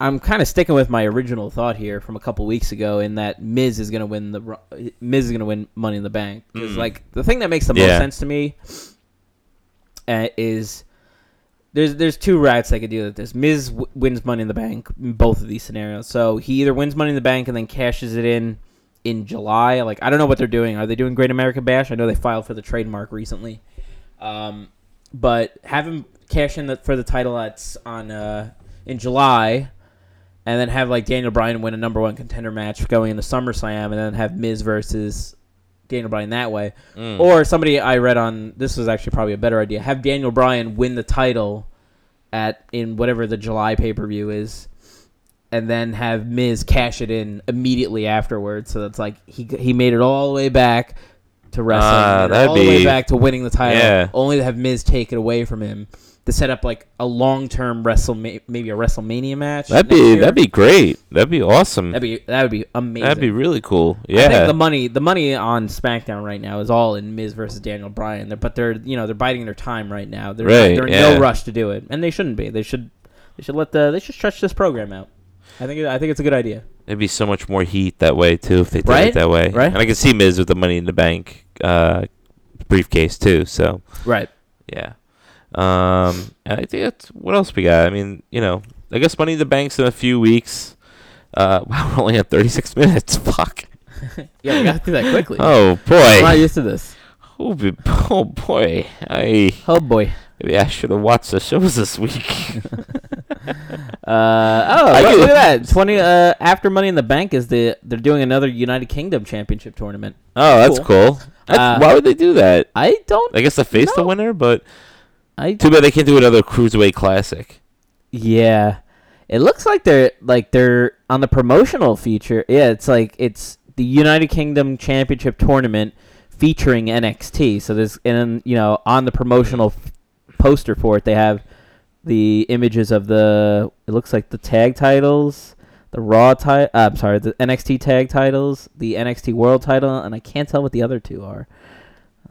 I'm kind of sticking with my original thought here from a couple weeks ago in that Miz is gonna win the Ru- Miz is gonna win Money in the Bank 'Cause, like the thing that makes the
Yeah.
most sense to me uh, is there's there's two routes they could do that. This Miz w- wins Money in the Bank in both of these scenarios. So he either wins Money in the Bank and then cashes it in in July. Like I don't know what they're doing. Are they doing Great American Bash? I know they filed for the trademark recently. Um, but have him cash in the, for the title that's on uh, in July, and then have like Daniel Bryan win a number one contender match going into SummerSlam, and then have Miz versus Daniel Bryan that way.
Mm.
Or somebody I read on this was actually probably a better idea. Have Daniel Bryan win the title at in whatever the July pay per view is. And then have Miz cash it in immediately afterwards, so that's like he he made it all the way back to wrestling,
Ah,
and
that'd
all the way
be-
back to winning the title,
Yeah.
only to have Miz take it away from him to set up like a long term Wrestle maybe a WrestleMania match.
That'd
next
be
year.
that'd be great. That'd be awesome.
that'd be that would be amazing.
That'd be really cool.
I think
Yeah.
the money the money on SmackDown right now is all in Miz versus Daniel Bryan. They're, but they're you know they're biding their time right now. They're
Right,
they're in
yeah.
no rush to do it, and they shouldn't be. They should they should let the they should stretch this program out. I think it- I think it's a good idea.
It'd be so much more heat that way too if they did it
Right?
that way.
Right.
And I can see Miz with the money in the bank uh, briefcase too, so
Right.
Yeah. Um, and I think that's what else we got. I mean, you know, I guess Money in the Bank's in a few weeks. Uh, wow, we're only at 36 minutes. Fuck.
Yeah, we got through that quickly.
Oh
I'm not
boy.
used to this.
Oh, be- oh boy. I
Oh boy.
maybe I should have watched the shows this week.
Uh, oh,
I
look,
do-
look at that. Twenty uh, after Money in the Bank is the they're doing another United Kingdom Championship tournament.
oh, that's cool.
Uh,
That's, why would they do that?
I don't.
I guess to face the
no.
winner, but
I
too bad they can't do another cruiserweight classic.
Yeah. It looks like they're like they're on the promotional feature. Yeah, it's like it's the United Kingdom Championship tournament featuring NXT. So there's and then, you know, on the promotional f- poster for it, they have the images of the it looks like the tag titles, the Raw title. Uh, I'm sorry, the NXT tag titles, the NXT World title, and I can't tell what the other two are.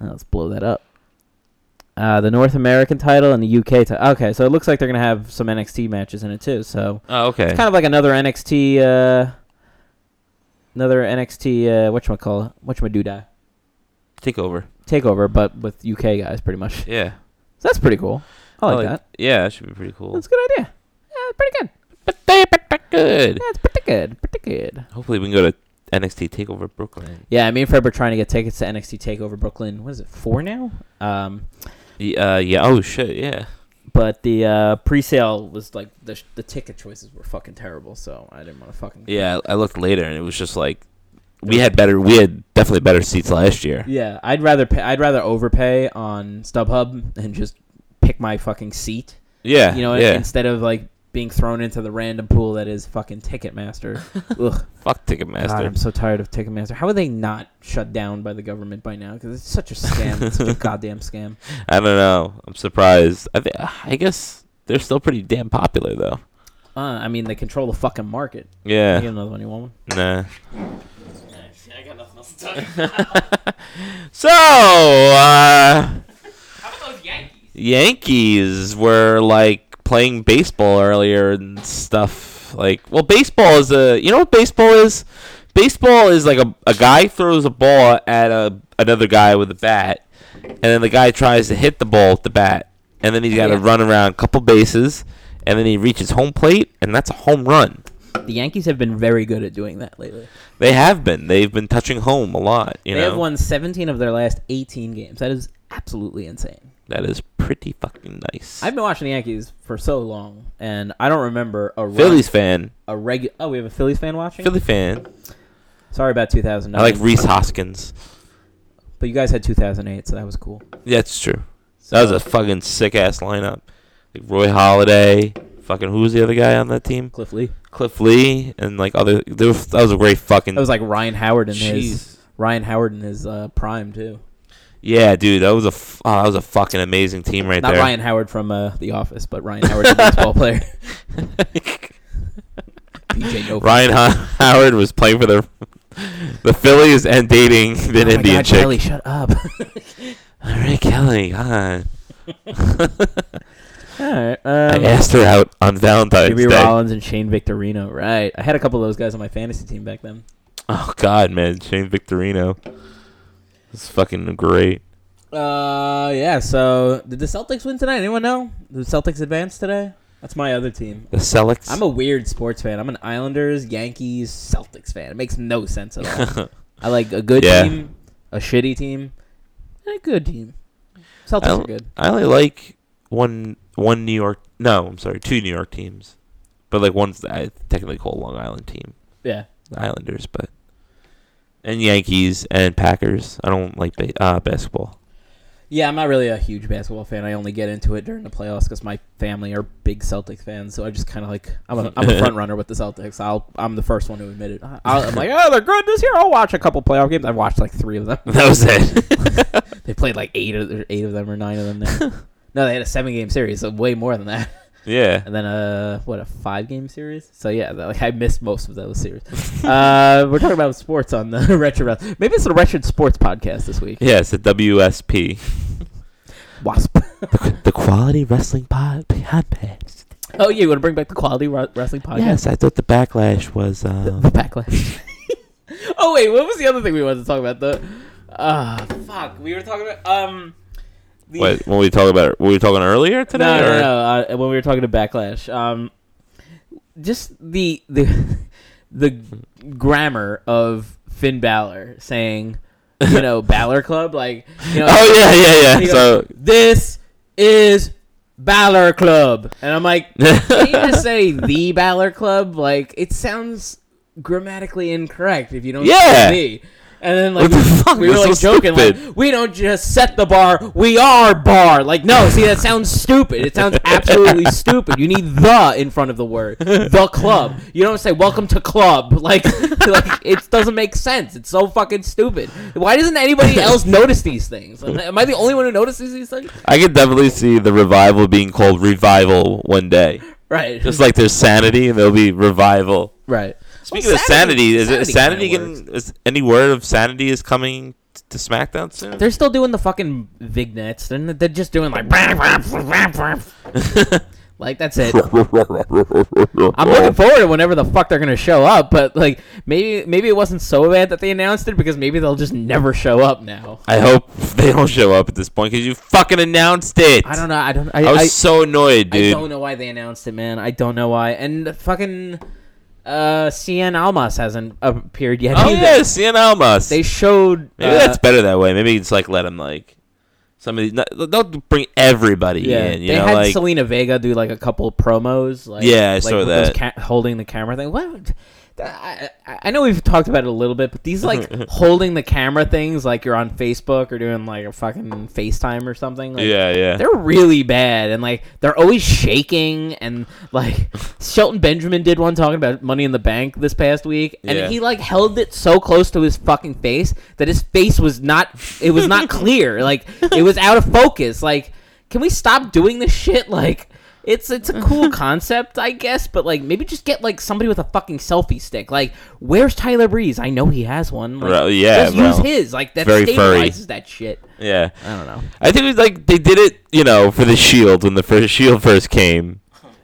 Uh, let's blow that up. Uh, the North American title and the UK title. Okay, so it looks like they're gonna have some NXT matches in it too. So
Oh, okay.
it's kind of like another NXT, uh, another NXT. Uh, what call it? What do that?
Take over.
Takeover, but with UK guys, pretty much. So
Yeah.
that's pretty cool. I like, that.
Yeah, that should be pretty Oh, cool.
That's a good idea. Yeah, pretty good.
good.
Yeah, it's pretty good. Pretty good.
Hopefully, we can go to NXT Takeover Brooklyn.
Yeah, me and Fred were trying to get tickets to NXT Takeover Brooklyn. What is it four now? Um,
Yeah. Uh, yeah. Oh shit. Yeah.
but the uh, pre-sale was like the sh- the ticket choices were fucking terrible, so I didn't want to fucking.
Yeah. I looked later, and it was just like we had better. We had definitely better seats last year.
Yeah, I'd rather pay, I'd rather overpay on StubHub and just pick my fucking seat.
Yeah.
You know,
Yeah.
instead of like being thrown into the random pool that is fucking Ticketmaster. Ugh,
Fuck
God, I'm
Ticketmaster.
so tired of Ticketmaster. How are they not shut down by the government by now? Because it's such a scam. it's such a goddamn scam.
I don't know. I'm surprised. I th- I guess they're still pretty damn popular though.
Uh, I mean, they control the fucking market. You get
Yeah.
another one. You want one?
Nah.
I got nothing else to
So. uh...
How about those Yankees?
Yankees were like playing baseball earlier and stuff. Like, well, baseball is a you know what baseball is? Baseball is like a a guy throws a ball at a another guy with a bat, and then the guy tries to hit the ball with the bat, and then he's got to
Yeah.
run around a couple bases, and then he reaches home plate, and that's a home run.
The Yankees have been very good at doing that lately.
They have been. They've been touching home a lot. You
they
know
have won 17 of their last 18 games. That is absolutely insane.
that is pretty fucking nice.
I've been watching the Yankees for so long, and I don't remember a run-
Phillies fan.
a regular. Oh, we have a Phillies fan watching.
Philly fan.
Sorry about 2009.
I like Reese Hoskins.
but you guys had 2008, so that was cool.
Yeah, it's true. That was a fucking sick ass lineup. Like Roy Holiday, fucking who was the other guy on that team?
Cliff Lee.
Cliff Lee and like other. There was, that was a great fucking.
That was like Ryan Howard in his
Jeez.
Ryan Howard in his uh, prime too.
Yeah, dude, that was a f- oh, that was a fucking amazing team right
Not
there.
Ryan Howard from uh, The Office, but Ryan Howard, the baseball player. BJ Novak.
Ryan Ho- Howard was playing for the the Phillies and dating the
Oh my
Indian
God,
chick.
Kelly, shut up.
All right, Kelly. God.
All right.
I
Um,
asked her out on Valentine's
Jimmy
Day.
Rollins and Shane Victorino. Right. I had a couple of those guys on my fantasy team back then.
Oh God, man, Shane Victorino. It's fucking great.
Uh, yeah. So did the Celtics win tonight? Anyone know? Did the Celtics advance today? That's my other team.
The Celtics.
I'm a weird sports fan. I'm an Islanders, Yankees, Celtics fan. It makes no sense at all. I like a good
Yeah.
team, a shitty team, and a good team. Celtics
I,
are
l-
good.
I only like one one New York. No, I'm sorry, two New York teams, but like one's I technically call Long Island team,
Yeah.
the Islanders, but and Yankees and Packers. I don't like ba- uh, basketball.
Yeah, I'm not really a huge basketball fan. I only get into it during the playoffs because my family are big Celtics fans. So I just kind of like I'm a, I'm a front runner with the Celtics. I'll I'm the first one to admit it. I, I'm like, oh, they're good this year. I'll watch a couple playoff games. I've watched like three of them.
That was it.
They played like eight of or eight of them or nine of them. Now. no, they had a seven game series, so way more than that.
yeah,
And then uh, what a five game series. So yeah, that- like I missed most of those series. uh, we're talking about sports on the Retro. Rest- Maybe it's the Retro Sports podcast this week.
yeah. It's the WSP,
Wasp.
the Quality Wrestling Pod Podcast.
oh yeah, you want to bring back the quality Ro- wrestling podcast?
Oh, Yes, I thought the backlash was.
the
Um,
backlash. oh wait, what was the other thing we wanted to talk about? The uh fuck, we were talking about um the
what when we talk about? Were we talking earlier today?
no,
or?
no, no, uh, when we were talking to backlash, um, just the the the grammar of Finn Balor saying, you know, Balor Club, like, you know,
Oh yeah, yeah,
he goes,
yeah. So
this is Balor Club, and I'm like, can you just say the Balor Club? Like, it sounds grammatically incorrect if you don't
Yeah.
say the. And then like
What the fuck?
we were
That's
like
so
joking, like
stupid.
we don't just set the bar, we are bar. Like no, see that sounds stupid. It sounds absolutely stupid. You need the in front of the word, the club. You don't say welcome to club. Like, like it doesn't make sense. It's so fucking stupid. Why doesn't anybody else notice these things? Am I the only one who notices these things?
I could definitely see the revival being called revival one day.
Right.
Just like there's sanity, there'll be revival.
right.
Speaking of sanity, is it, is sanity getting is any word of sanity is coming t- to SmackDown soon?
They're still doing the fucking vignettes. They're, n- they're just doing like. like, that's it. I'm looking forward to whenever the fuck they're gonna show up, but like maybe maybe it wasn't so bad that they announced it because maybe they'll just never show up now.
I hope they don't show up at this point because you fucking announced it.
I don't know. I don't. I,
I was
I,
so annoyed,
I
dude.
don't know why they announced it, man. I don't know why. And fucking uh, CN Almas hasn't appeared yet.
oh
either.
yeah, Cien Almas.
They showed.
Maybe
uh,
that's better that way. Maybe it's like let them like somebody. Not, don't bring everybody
Yeah,
in. You
they
know,
had
like
Selena Vega do like a couple of promos. Like,
Yeah, I
like
saw
with those
that.
Ca- holding the camera thing. What? I, I I know we've talked about it a little bit, but these like holding the camera things, like you're on Facebook or doing like a fucking FaceTime or something. Like,
yeah, yeah.
They're really bad, and like they're always shaking, and like Shelton Benjamin did one talking about Money in the Bank this past week, and
Yeah.
he like held it so close to his fucking face that his face was not, it was not clear, like it was out of focus. Like, can we stop doing this shit? Like, it's it's a cool concept, I guess, but like maybe just get like somebody with a fucking selfie stick. Like, where's Tyler Breeze? I know he has one. Like,
Bro, yeah,
just
bro.
use his. Like that
Very furry.
stabilizes that shit.
yeah.
I don't know.
I think it was like they did it, you know, for the Shield when the first Shield first came,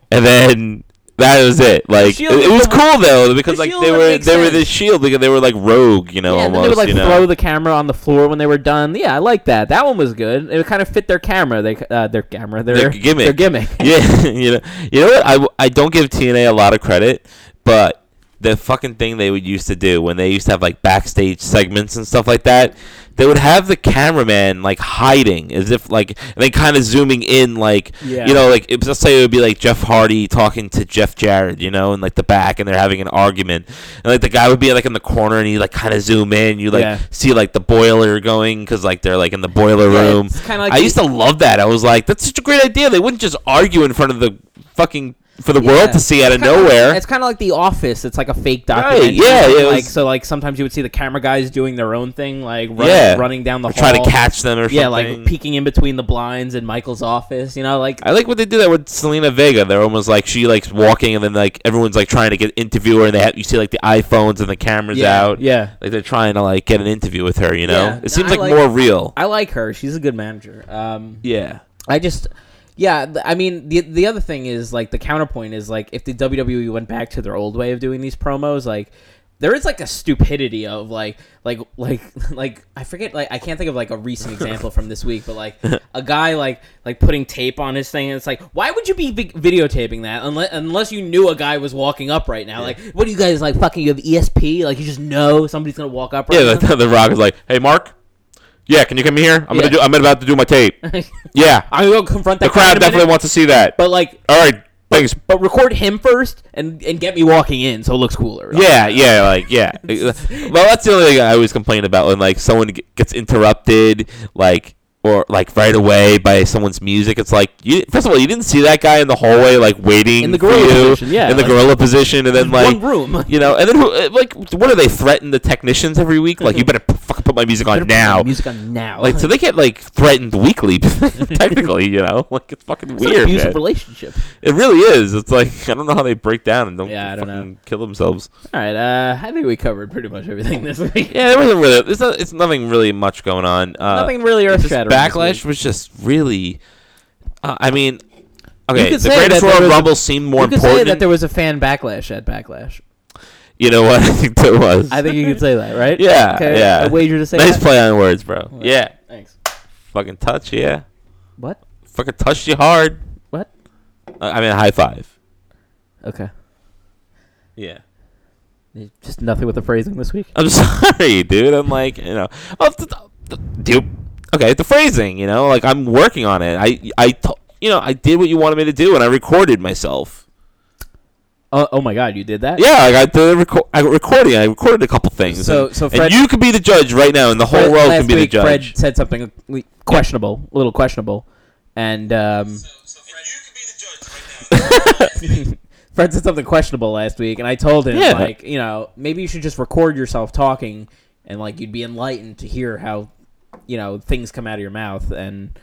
and then that was it. Like it,
Shield
it was
was the-
cool though because
the
like
Shield
they
would
were
make
they were the
sense.
Shield because they were like rogue, you know,
Yeah, and then
almost.
they would like
you know?
throw the camera on the floor when they were done. Yeah, I like that. That one was good. It kind of fit their camera. They uh, their camera. Their,
Their gimmick.
Their gimmick.
yeah, you know, you know what? I, w- I don't give TNA a lot of credit, but the fucking thing they would used to do when they used to have like backstage segments and stuff like that, they would have the cameraman like hiding as if like and then kind of zooming in like
Yeah.
you know like it, let's say it would be like Jeff Hardy talking to Jeff Jarrett, you know, in like the back and they're having an argument and like the guy would be like in the corner and he like kind of zoom in, you like
Yeah.
see like the boiler going because like they're like in the boiler
Yeah,
room.
it's kinda like
I
the-
used to love that. I was like, that's such a great idea. They wouldn't just argue in front of the fucking for the world to see out of
It's kinda
nowhere.
like- it's kind of like The Office. It's like a fake documentary.
yeah, it
like
was-
so, like sometimes you would see the camera guys doing their own thing, like running,
yeah,
running down the
or
hall,
try to catch them or
yeah,
something.
like peeking in between the blinds in Michael's office. You know, like
I like what they do that with Selena Vega. They're almost like she likes walking, and then like everyone's like trying to get interview her, and they have you see like the iPhones and the cameras
yeah,
out.
Yeah,
like they're trying to like get an interview with her. You know,
Yeah, no,
it seems
I
like,
like-
more real.
I like her. She's a good manager. Um,
yeah,
I just, yeah, th- I mean, the the other thing is like the counterpoint is like if the WWE went back to their old way of doing these promos, like there is like a stupidity of like like like like I forget like I can't think of like a recent example from this week, but like a guy like like putting tape on his thing, and it's like why would you be vi- videotaping that unless unless you knew a guy was walking up right now? Like what do you guys like fucking you have ESP? Like you just know somebody's gonna walk up right
yeah.
now.
The, the Rock is like, "Hey, Mark, yeah, can you come here? I'm
Yeah.
gonna do. I'm about to do my tape. yeah,
I'm gonna confront that
the crowd definitely wants to see that.
but like
All right, thanks.
but record him first and and get me walking in so it looks cooler.
Yeah, yeah, like yeah. well, that's the only thing I always complain about when like someone g- gets interrupted, like or like right away by someone's music. It's like you first of all you didn't see that guy in the hallway like waiting
In the
for
gorilla
you,
position, yeah,
in the
like-
gorilla position, and then
one
like
room.
You know, and then who, uh, like what do they threaten the technicians every week? Like you better p- fucking put my music on
Better put my
now.
music on now.
Like so they get like threatened weekly, technically. You know, like it's fucking
It's an
weird.
abusive
man.
relationship.
It really is. It's like I don't know how they break down and don't
Yeah, I don't
fucking
know.
kill themselves.
All right, uh, I think we covered pretty much everything this week.
Yeah, there wasn't really. It's, not, it's nothing really much going on. Uh,
Nothing really
it's just
earth-shattering this
Backlash was just really. Uh, I mean, okay,
could
the
say that
Greatest
there
Royal
was a-
Rumble seemed more
you could say
important.
that there was a fan backlash at Backlash.
you know what? I think there was.
I think you could say that, right?
yeah,
Okay,
yeah.
I wager to say
nice
that.
play on words, bro. Yeah,
Thanks.
fucking touch. Yeah,
What?
fucking touched you hard.
What?
Uh, I mean, high five.
Okay.
Yeah.
Just nothing with the phrasing this week.
I'm sorry, dude. I'm like, you know, oh, th- th- dude. Okay, the phrasing, you know, like I'm working on it. I, I, t- you know, I did what you wanted me to do, and I recorded myself.
Oh, oh my God, you did that?
Yeah, I got the record. I got recording. I recorded a couple things.
So-
and,
so
and
Fred-
you could be the judge right now, and the whole
Fred-
world
last
can be
week,
the judge.
Fred said something le- questionable, a little questionable, and um, Fred said something questionable last week, and I told him
Yeah.
like, you know, maybe you should just record yourself talking, and like you'd be enlightened to hear how, you know, things come out of your mouth, and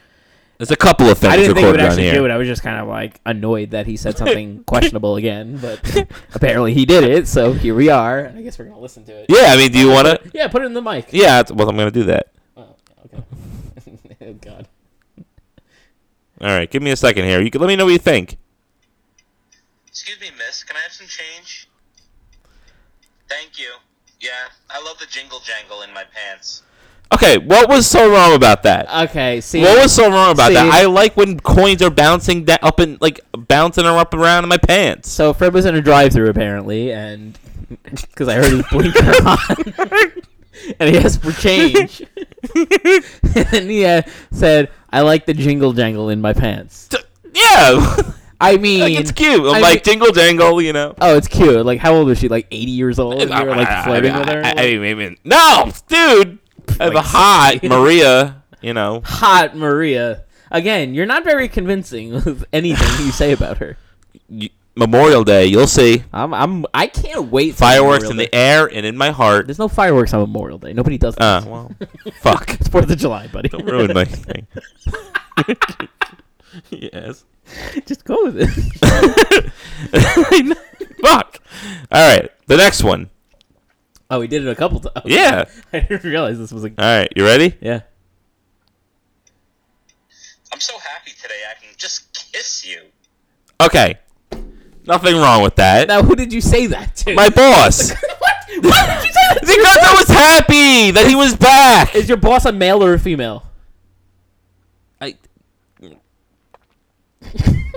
There's a couple of things
I didn't think he
recorded
would
on
actually
here.
do it. I was just kind of like annoyed that he said something questionable again, but apparently he did it. So here we are. And I guess we're gonna listen to it.
Yeah, I mean, do you want to?
Yeah, put it in the mic.
Yeah, that's- well, I'm gonna do that.
Oh, okay. oh God.
All right, give me a second here. You can let me know what you think.
Excuse me, miss. Can I have some change? Thank you. Yeah, I love the jingle jangle in my pants.
Okay, what was so wrong about that?
Okay. See.
What was so wrong about that?
See-
I like when coins are bouncing da- up and like bouncing her up around in my pants.
so Fred was in a drive-through apparently, and because I heard his blinker on, and he asked for change, and he uh, said, "I like the jingle jangle in my pants."
D- Yeah,
I mean,
like it's cute. I'm
I mean-
like jingle jangle, you know.
Oh, it's cute. Like, how old was she? Like, 80 years old? You were, Oh, like, flirting
I,
with her?
I, I mean, maybe- no, dude. I have a hot Maria, you know.
Hot Maria. Again, you're not very convincing with anything you say about her.
Y- Memorial Day, you'll see
I'm, I'm, I can't wait. till
fireworks
Memorial
in the
Day.
air and in my heart.
There's no fireworks on Memorial Day. Nobody does that.
Uh, well, fuck.
it's 4th of July, buddy.
Don't ruin my thing. yes.
Just go with it.
Fuck. All right. The next one.
Oh, we did it a couple times.
Yeah.
I didn't realize this was a.
All right. You ready?
Yeah.
I'm so happy today I can just kiss you.
Okay. Nothing wrong with that.
Now, who did you say that to?
My boss.
what? Why did you say that to?
because I was happy that he was back.
Is your boss a male or a female?
I,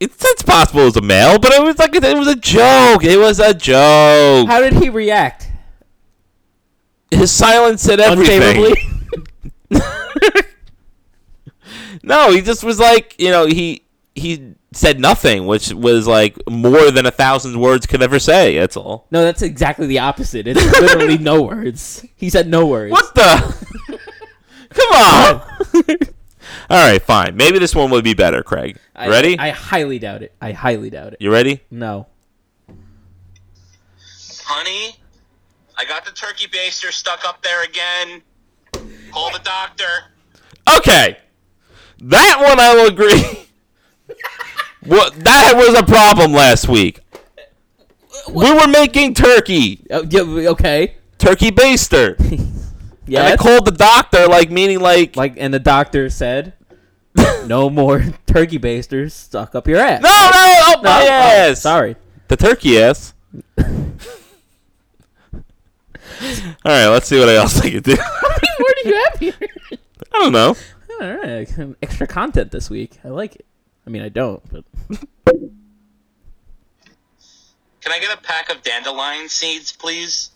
it's, it's possible it was a male, but it was like it was a joke. It was a joke.
How did he react?
His silence said everything.
Unfavorably?
No, he just was like you know he he said nothing, which was like more than a thousand words could ever say. That's all.
No, that's exactly the opposite. It's literally no words. He said no words.
What the? Come on. all right, fine. Maybe this one would be better, Craig.
I-
Ready?
I, highly doubt it. I highly doubt it.
you ready?
No.
Honey, I got the turkey baster stuck up there again. Call the doctor.
Okay. That one I will agree. what that was a problem last week. We were making turkey,
Oh, yeah, w- okay.
turkey baster. And I
Yeah.
called the doctor, like meaning like,
like, and the doctor said, "No more turkey basters stuck up your ass."
no, no, oh
Oh,
my
oh,
ass.
sorry.
the turkey ass. All right, let's see what else I can do.
Where do you have here?
I don't know.
All right, extra content this week. I like it. I mean, I don't, but
Can I get a pack of dandelion seeds, please?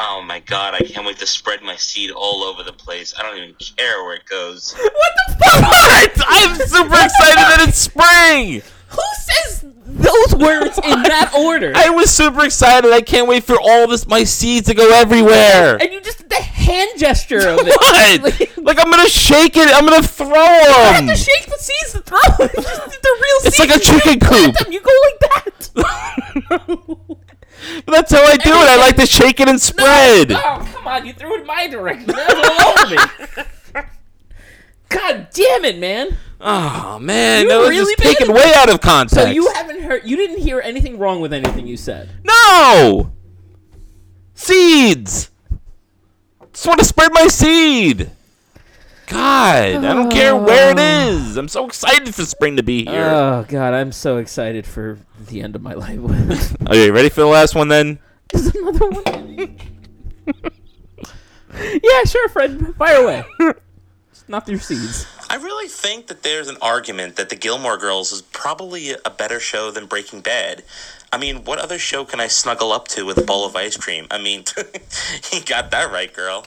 Oh my god, I can't wait to spread my seed all over the place. I don't even care where it goes.
What? I'm super excited that it's spring.
who says those words in that order?
I was super excited. I can't wait for all this my seeds to go everywhere.
and you just did the hand gesture of it.
What? like I'm gonna shake it. I'm gonna throw them.
have to shake the seeds to throw. It's just the real
It's
seeds.
like a chicken coop.
Them, You go like that.
That's how I do it. I like to shake it and spread.
Oh, come on. You threw it in my direction. That was all over me. God damn it, man.
Oh man,
You
that was
really
just taken
did?
way out of context.
So you haven't heard, you didn't hear anything wrong with anything you said.
no seeds. Just want to spread my seed. God, I don't care where it is. I'm so excited for spring to be here.
Oh, God. I'm so excited for the end of my life.
okay, you ready for the last one then?
There's another one. yeah, sure, Fred. Fire away. It's not through seeds.
I really think that there's an argument that The Gilmore Girls is probably a better show than Breaking Bad. I mean, what other show can I snuggle up to with a bowl of ice cream? I mean, you got that right, girl.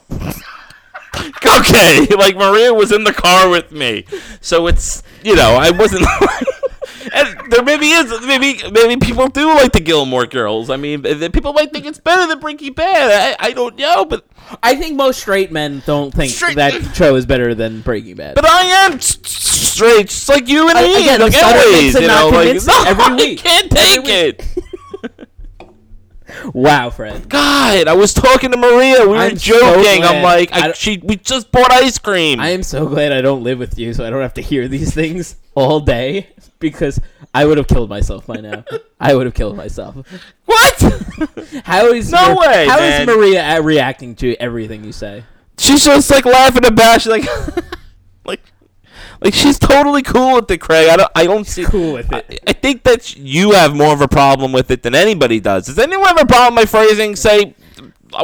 okay, like Maria was in the car with me, so it's you know I wasn't. and there maybe is maybe maybe people do like the Gilmore Girls. I mean, th- people might think it's better than Breaking Bad. I, I don't know, but
I think most straight men don't think
Straight-
that show is better than Breaking Bad.
but I am s- s- straight, just like you and
I-
me,
again,
like
I'm sorry,
always.
it's
You
not
know, like
convincing.
no,
Every
I
week.
can't
Every
take it.
Wow, Fred.
God, I was talking to Maria. We were
I'm so
joking. I'm
glad.
like,
I
I,
don't-
she. We just bought ice cream.
I am so glad I don't live with you, so I don't have to hear these things all day because I would have killed myself by now. I would have killed myself.
what?
How is
No
Mar-
way,
how is
man.
Maria uh, reacting to everything you say?
she's just like laughing about. She's like, like, like she's totally cool with it, Craig. I don't. I don't see.
Cool with
I,
it.
I think that you have more of a problem with it than anybody does. Does anyone have a problem with my phrasing? Say,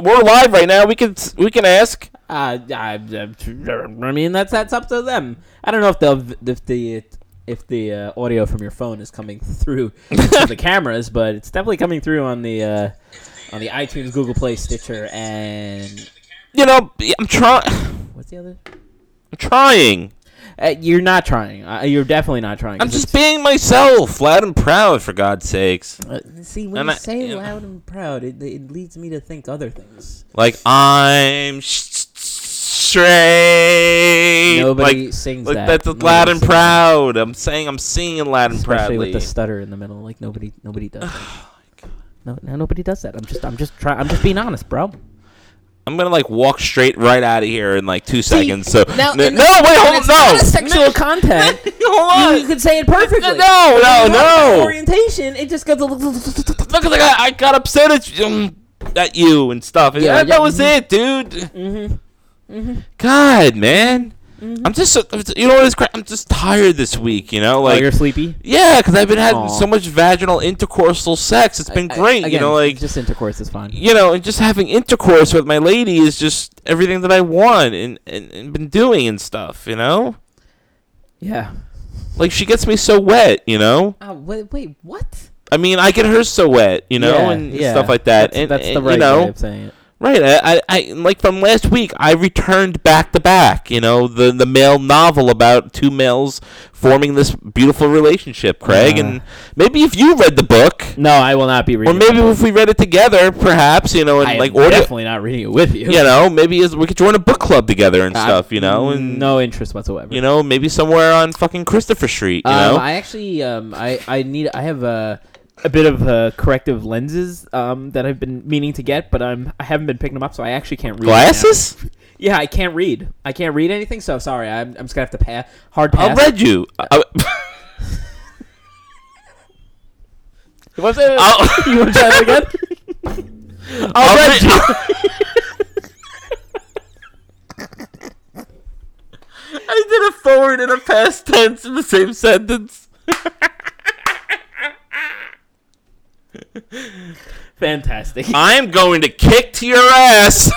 we're live right now. We can we can ask.
Uh, I, I mean, that's that's up to them. I don't know if the if the if the uh, audio from your phone is coming through to the cameras, but it's definitely coming through on the uh, on the iTunes, Google Play, Stitcher, and
You know, I'm trying.
what's the other?
I'm trying.
Uh, you're not trying. Uh, you're definitely not trying.
I'm
'cause
just being myself, loud and proud, for God's sakes.
it's- uh, see when
I'm
you
not-
say
you know.
loud and proud, it, it leads me to think other things.
Like I'm s- s- straight.
Nobody
like,
sings
like,
that.
That's
Nobody
loud and
sings that.
proud. I'm saying I'm singing loud and
especially
proudly.
with the stutter in the middle. Like nobody, nobody does. that. No, no, nobody does that. I'm just, I'm just trying. I'm just being honest, bro.
I'm gonna like walk straight right out of here in like two seconds. So
now-
no,
and-
no, wait, hold on,
it's
no,
not a sexual content.
hold on.
You could say it perfectly.
No, no,
When you have
no.
Orientation. It just goes. a-
Look, I got, I got upset at, um, at you and stuff.
Yeah,
that,
yeah, Mm-hmm.
that was
mhm.
it, dude. Mm-hmm. God, man.
Mm-hmm.
I'm just, so, you know what is cra- I'm just tired this week, you know?
Oh,
Like,
you're sleepy.
Yeah, because I've been having
Aw.
so much vaginal intercoursal sex. It's been
I-
great, you
again,
know, like
just intercourse is fine.
you know, and just having intercourse with my lady is just everything that I want and, and, and been doing and stuff, you know?
Yeah.
Like she gets me so wet, you know?
Uh, wait, wait, what?
I mean, I get her so wet, you know,
Yeah,
and
yeah.
stuff like that.
That's,
and
that's the
and,
right
you know,
way of saying it.
right? I, I, I, like from last week, I returned back to back. You know, the the male novel about two males forming this beautiful relationship, Craig.
Yeah.
And maybe if you read the book,
No, I will not be
Or
reading.
maybe
it.
if we read it together, perhaps you know, and
I am
like order,
definitely not reading it with you.
you know, maybe is, we could join a book club together and
I-
stuff, you know, and
no interest whatsoever.
you know, maybe somewhere on fucking Christopher Street, you
Um,
know.
I actually, um, I, I need, I have a, a bit of uh, corrective lenses um, that I've been meaning to get, but I'm, I haven't been picking them up, so I actually can't read. right now.
Glasses?
Yeah, I can't read. I can't read anything, so sorry. I'm, I'm just gonna have to pass. Hard
I'll
pass.
read you.
Uh,
I,
What's it?
I'll,
you want to try that again?
I'll read you. I did a forward and a past tense in the same sentence.
Fantastic.
I'm going to kick to your ass.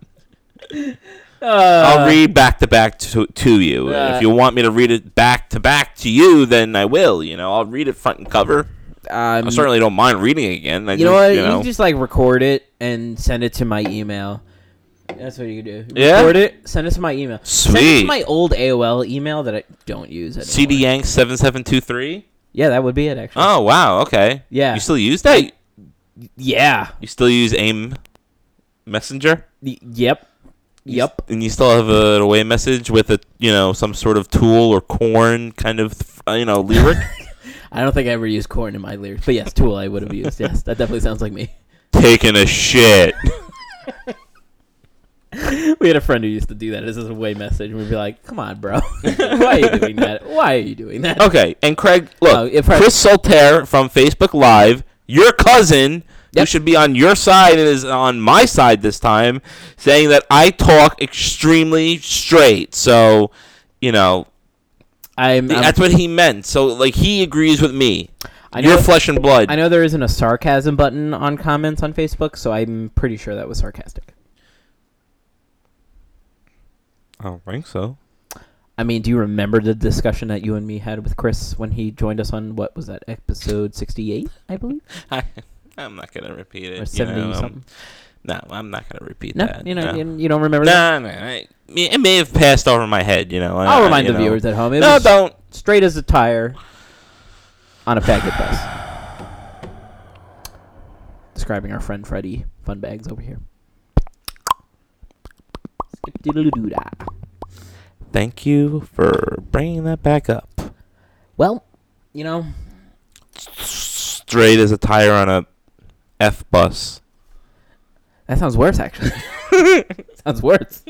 I'll read back to back to to you.
Uh,
if you want me to read it back to back to you, then I will. You know, I'll read it front and cover.
Um,
I certainly don't mind reading it again. I
you know what?
You
You,
know.
just like record it and send it to my email. That's what you do.
Yeah?
Record it. Send it to my email. Send it to
Sweet.
my old AOL email that I don't use anymore.
CD Yank seven seven two three.
Yeah, that would be it actually.
Oh wow. Okay.
Yeah.
You still use that?
Yeah.
You still use AIM Messenger?
Y- yep. Yep.
And you still have a, an away message with a you know some sort of tool or corn kind of uh, you know lyric.
I don't think I ever used corn in my lyrics, but yes, tool I would have used. Yes, that definitely sounds like me.
Taking a shit.
We had a friend who used to do that as a way message, and we'd be like, "Come on, bro, why are you doing that? Why are you doing that?"
Okay, and Craig, look,
Oh, if I-
Chris Soltaire from Facebook Live, your cousin, who
Yep.
should be on your side and is on my side this time, saying that I talk extremely straight. So, you know,
I'm. I'm
that's what he meant. So, like, he agrees with me.
I
You're
know-
flesh and blood.
I know there isn't a sarcasm button on comments on Facebook, so I'm pretty sure that was sarcastic.
I don't think so.
I mean, do you remember the discussion that you and me had with Chris when he joined us on what was that episode 68, I believe,
I, I'm not gonna repeat it.
or
you
70
know, um,
something?
No, I'm not gonna repeat
No,
that.
you know,
no.
you, you don't remember. that?
Nah, nah, I- it may have passed over my head. You know, I-
I'll
I-
remind
you
the
know.
viewers at home. It
No,
was
don't.
straight as a tire on a faggot bus. Describing our friend Freddie Funbags over here. Skip-diddle-doo-dah.
Thank you for bringing that back up.
Well, you know,
straight as a tire on a F bus.
That sounds worse, actually. sounds worse.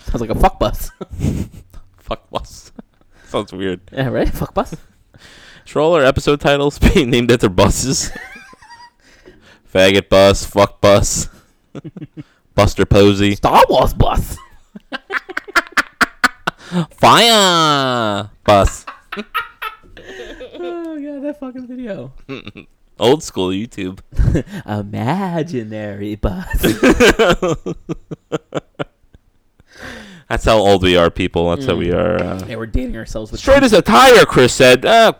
Sounds like a fuck bus.
Fuck bus. Sounds weird.
yeah, right? Fuck bus.
Troller episode titles being named after buses. Faggot bus, fuck bus, Buster Posey,
Star Wars bus.
fire bus.
Oh god, that fucking video.
Old school YouTube.
Imaginary bus.
That's how old we are, people. That's how we are. Uh,
yeah, we're dating ourselves with
straight as a tire, Chris said. Uh,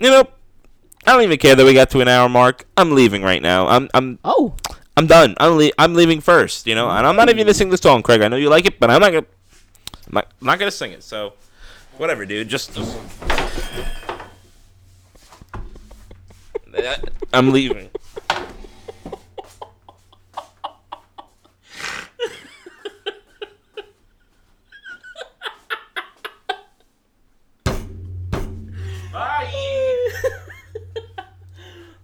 you know, I don't even care that we got to an hour mark. I'm leaving right now. I'm I'm
Oh.
I'm done. I'm le- I'm leaving first, you know. And I'm not even gonna sing the song, Craig. I know you like it, but I'm not gonna I'm not, I'm not gonna sing it. So whatever, dude. Just, just- I'm leaving.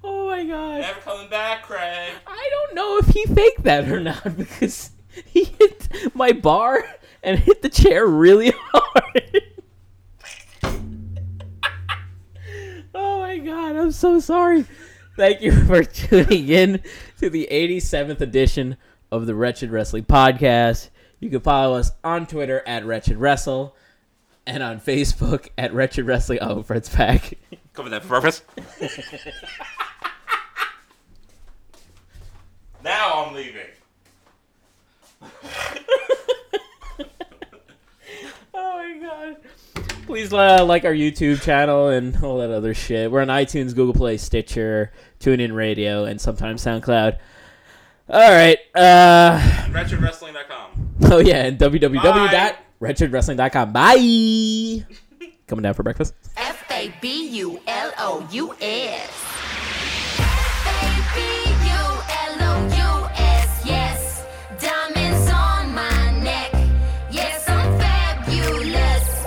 Oh my god.
Never coming back, Craig.
I don't know if he faked that or not because he hit my bar and hit the chair really hard. oh my god, I'm so sorry. Thank you for tuning in to the 87th edition of the Wretched Wrestling Podcast. You can follow us on Twitter at Wretched Wrestle and on Facebook at Wretched Wrestling. Oh, Fred's back.
Cover that for purpose. now I'm leaving.
Oh my god. Please uh, like our YouTube channel and all that other shit. We're on iTunes, Google Play, Stitcher, TuneIn Radio, and sometimes SoundCloud. All right. Uh,
WretchedWrestling.com.
oh yeah, and
Bye.
www.wretchedwrestling.com. Bye. Coming down for breakfast.
F A B U L O U S. F A B U L O U S, yes. Diamonds on my neck. Yes, I'm fabulous.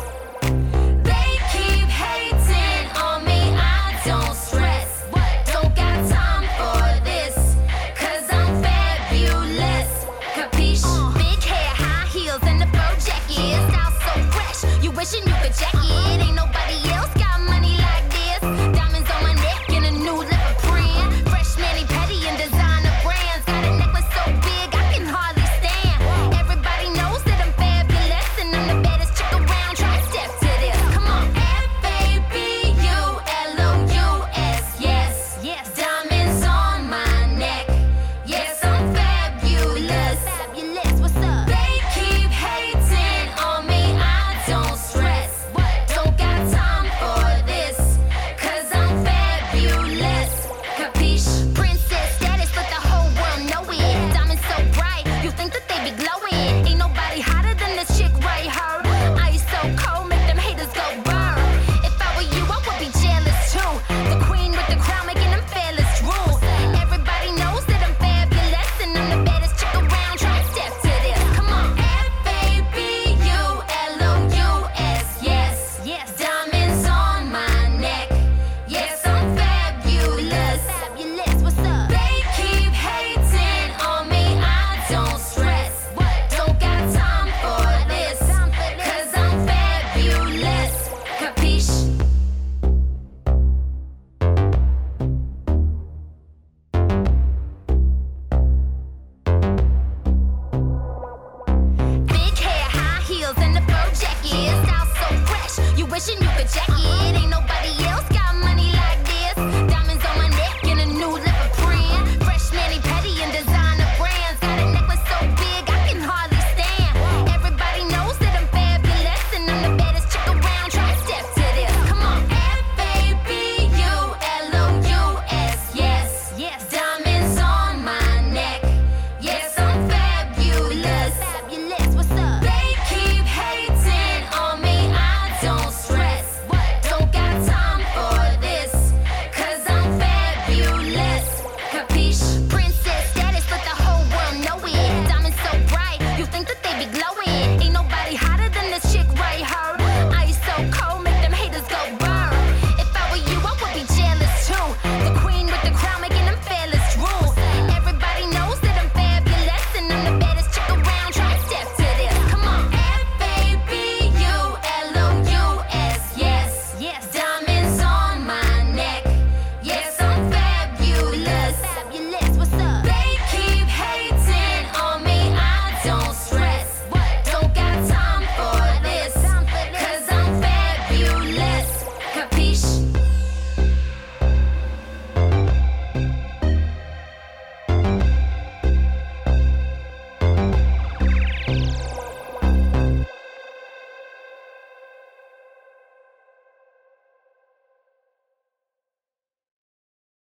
They keep hating on me, I don't stress. Don't got time for this, cause I'm fabulous. Capiche? Big hair, high heels, and the bow jacket. Style so fresh, you wishing you could check it. Ain't nobody else got money like this. Diamonds on my neck and a new leather print. Fresh mani petty and designer brands. Got a necklace so big, I can hardly stand. Everybody knows that I'm fabulous, and I'm the baddest chick around. Try to step to this. Come on. F A B U L O U S, yes. Yes.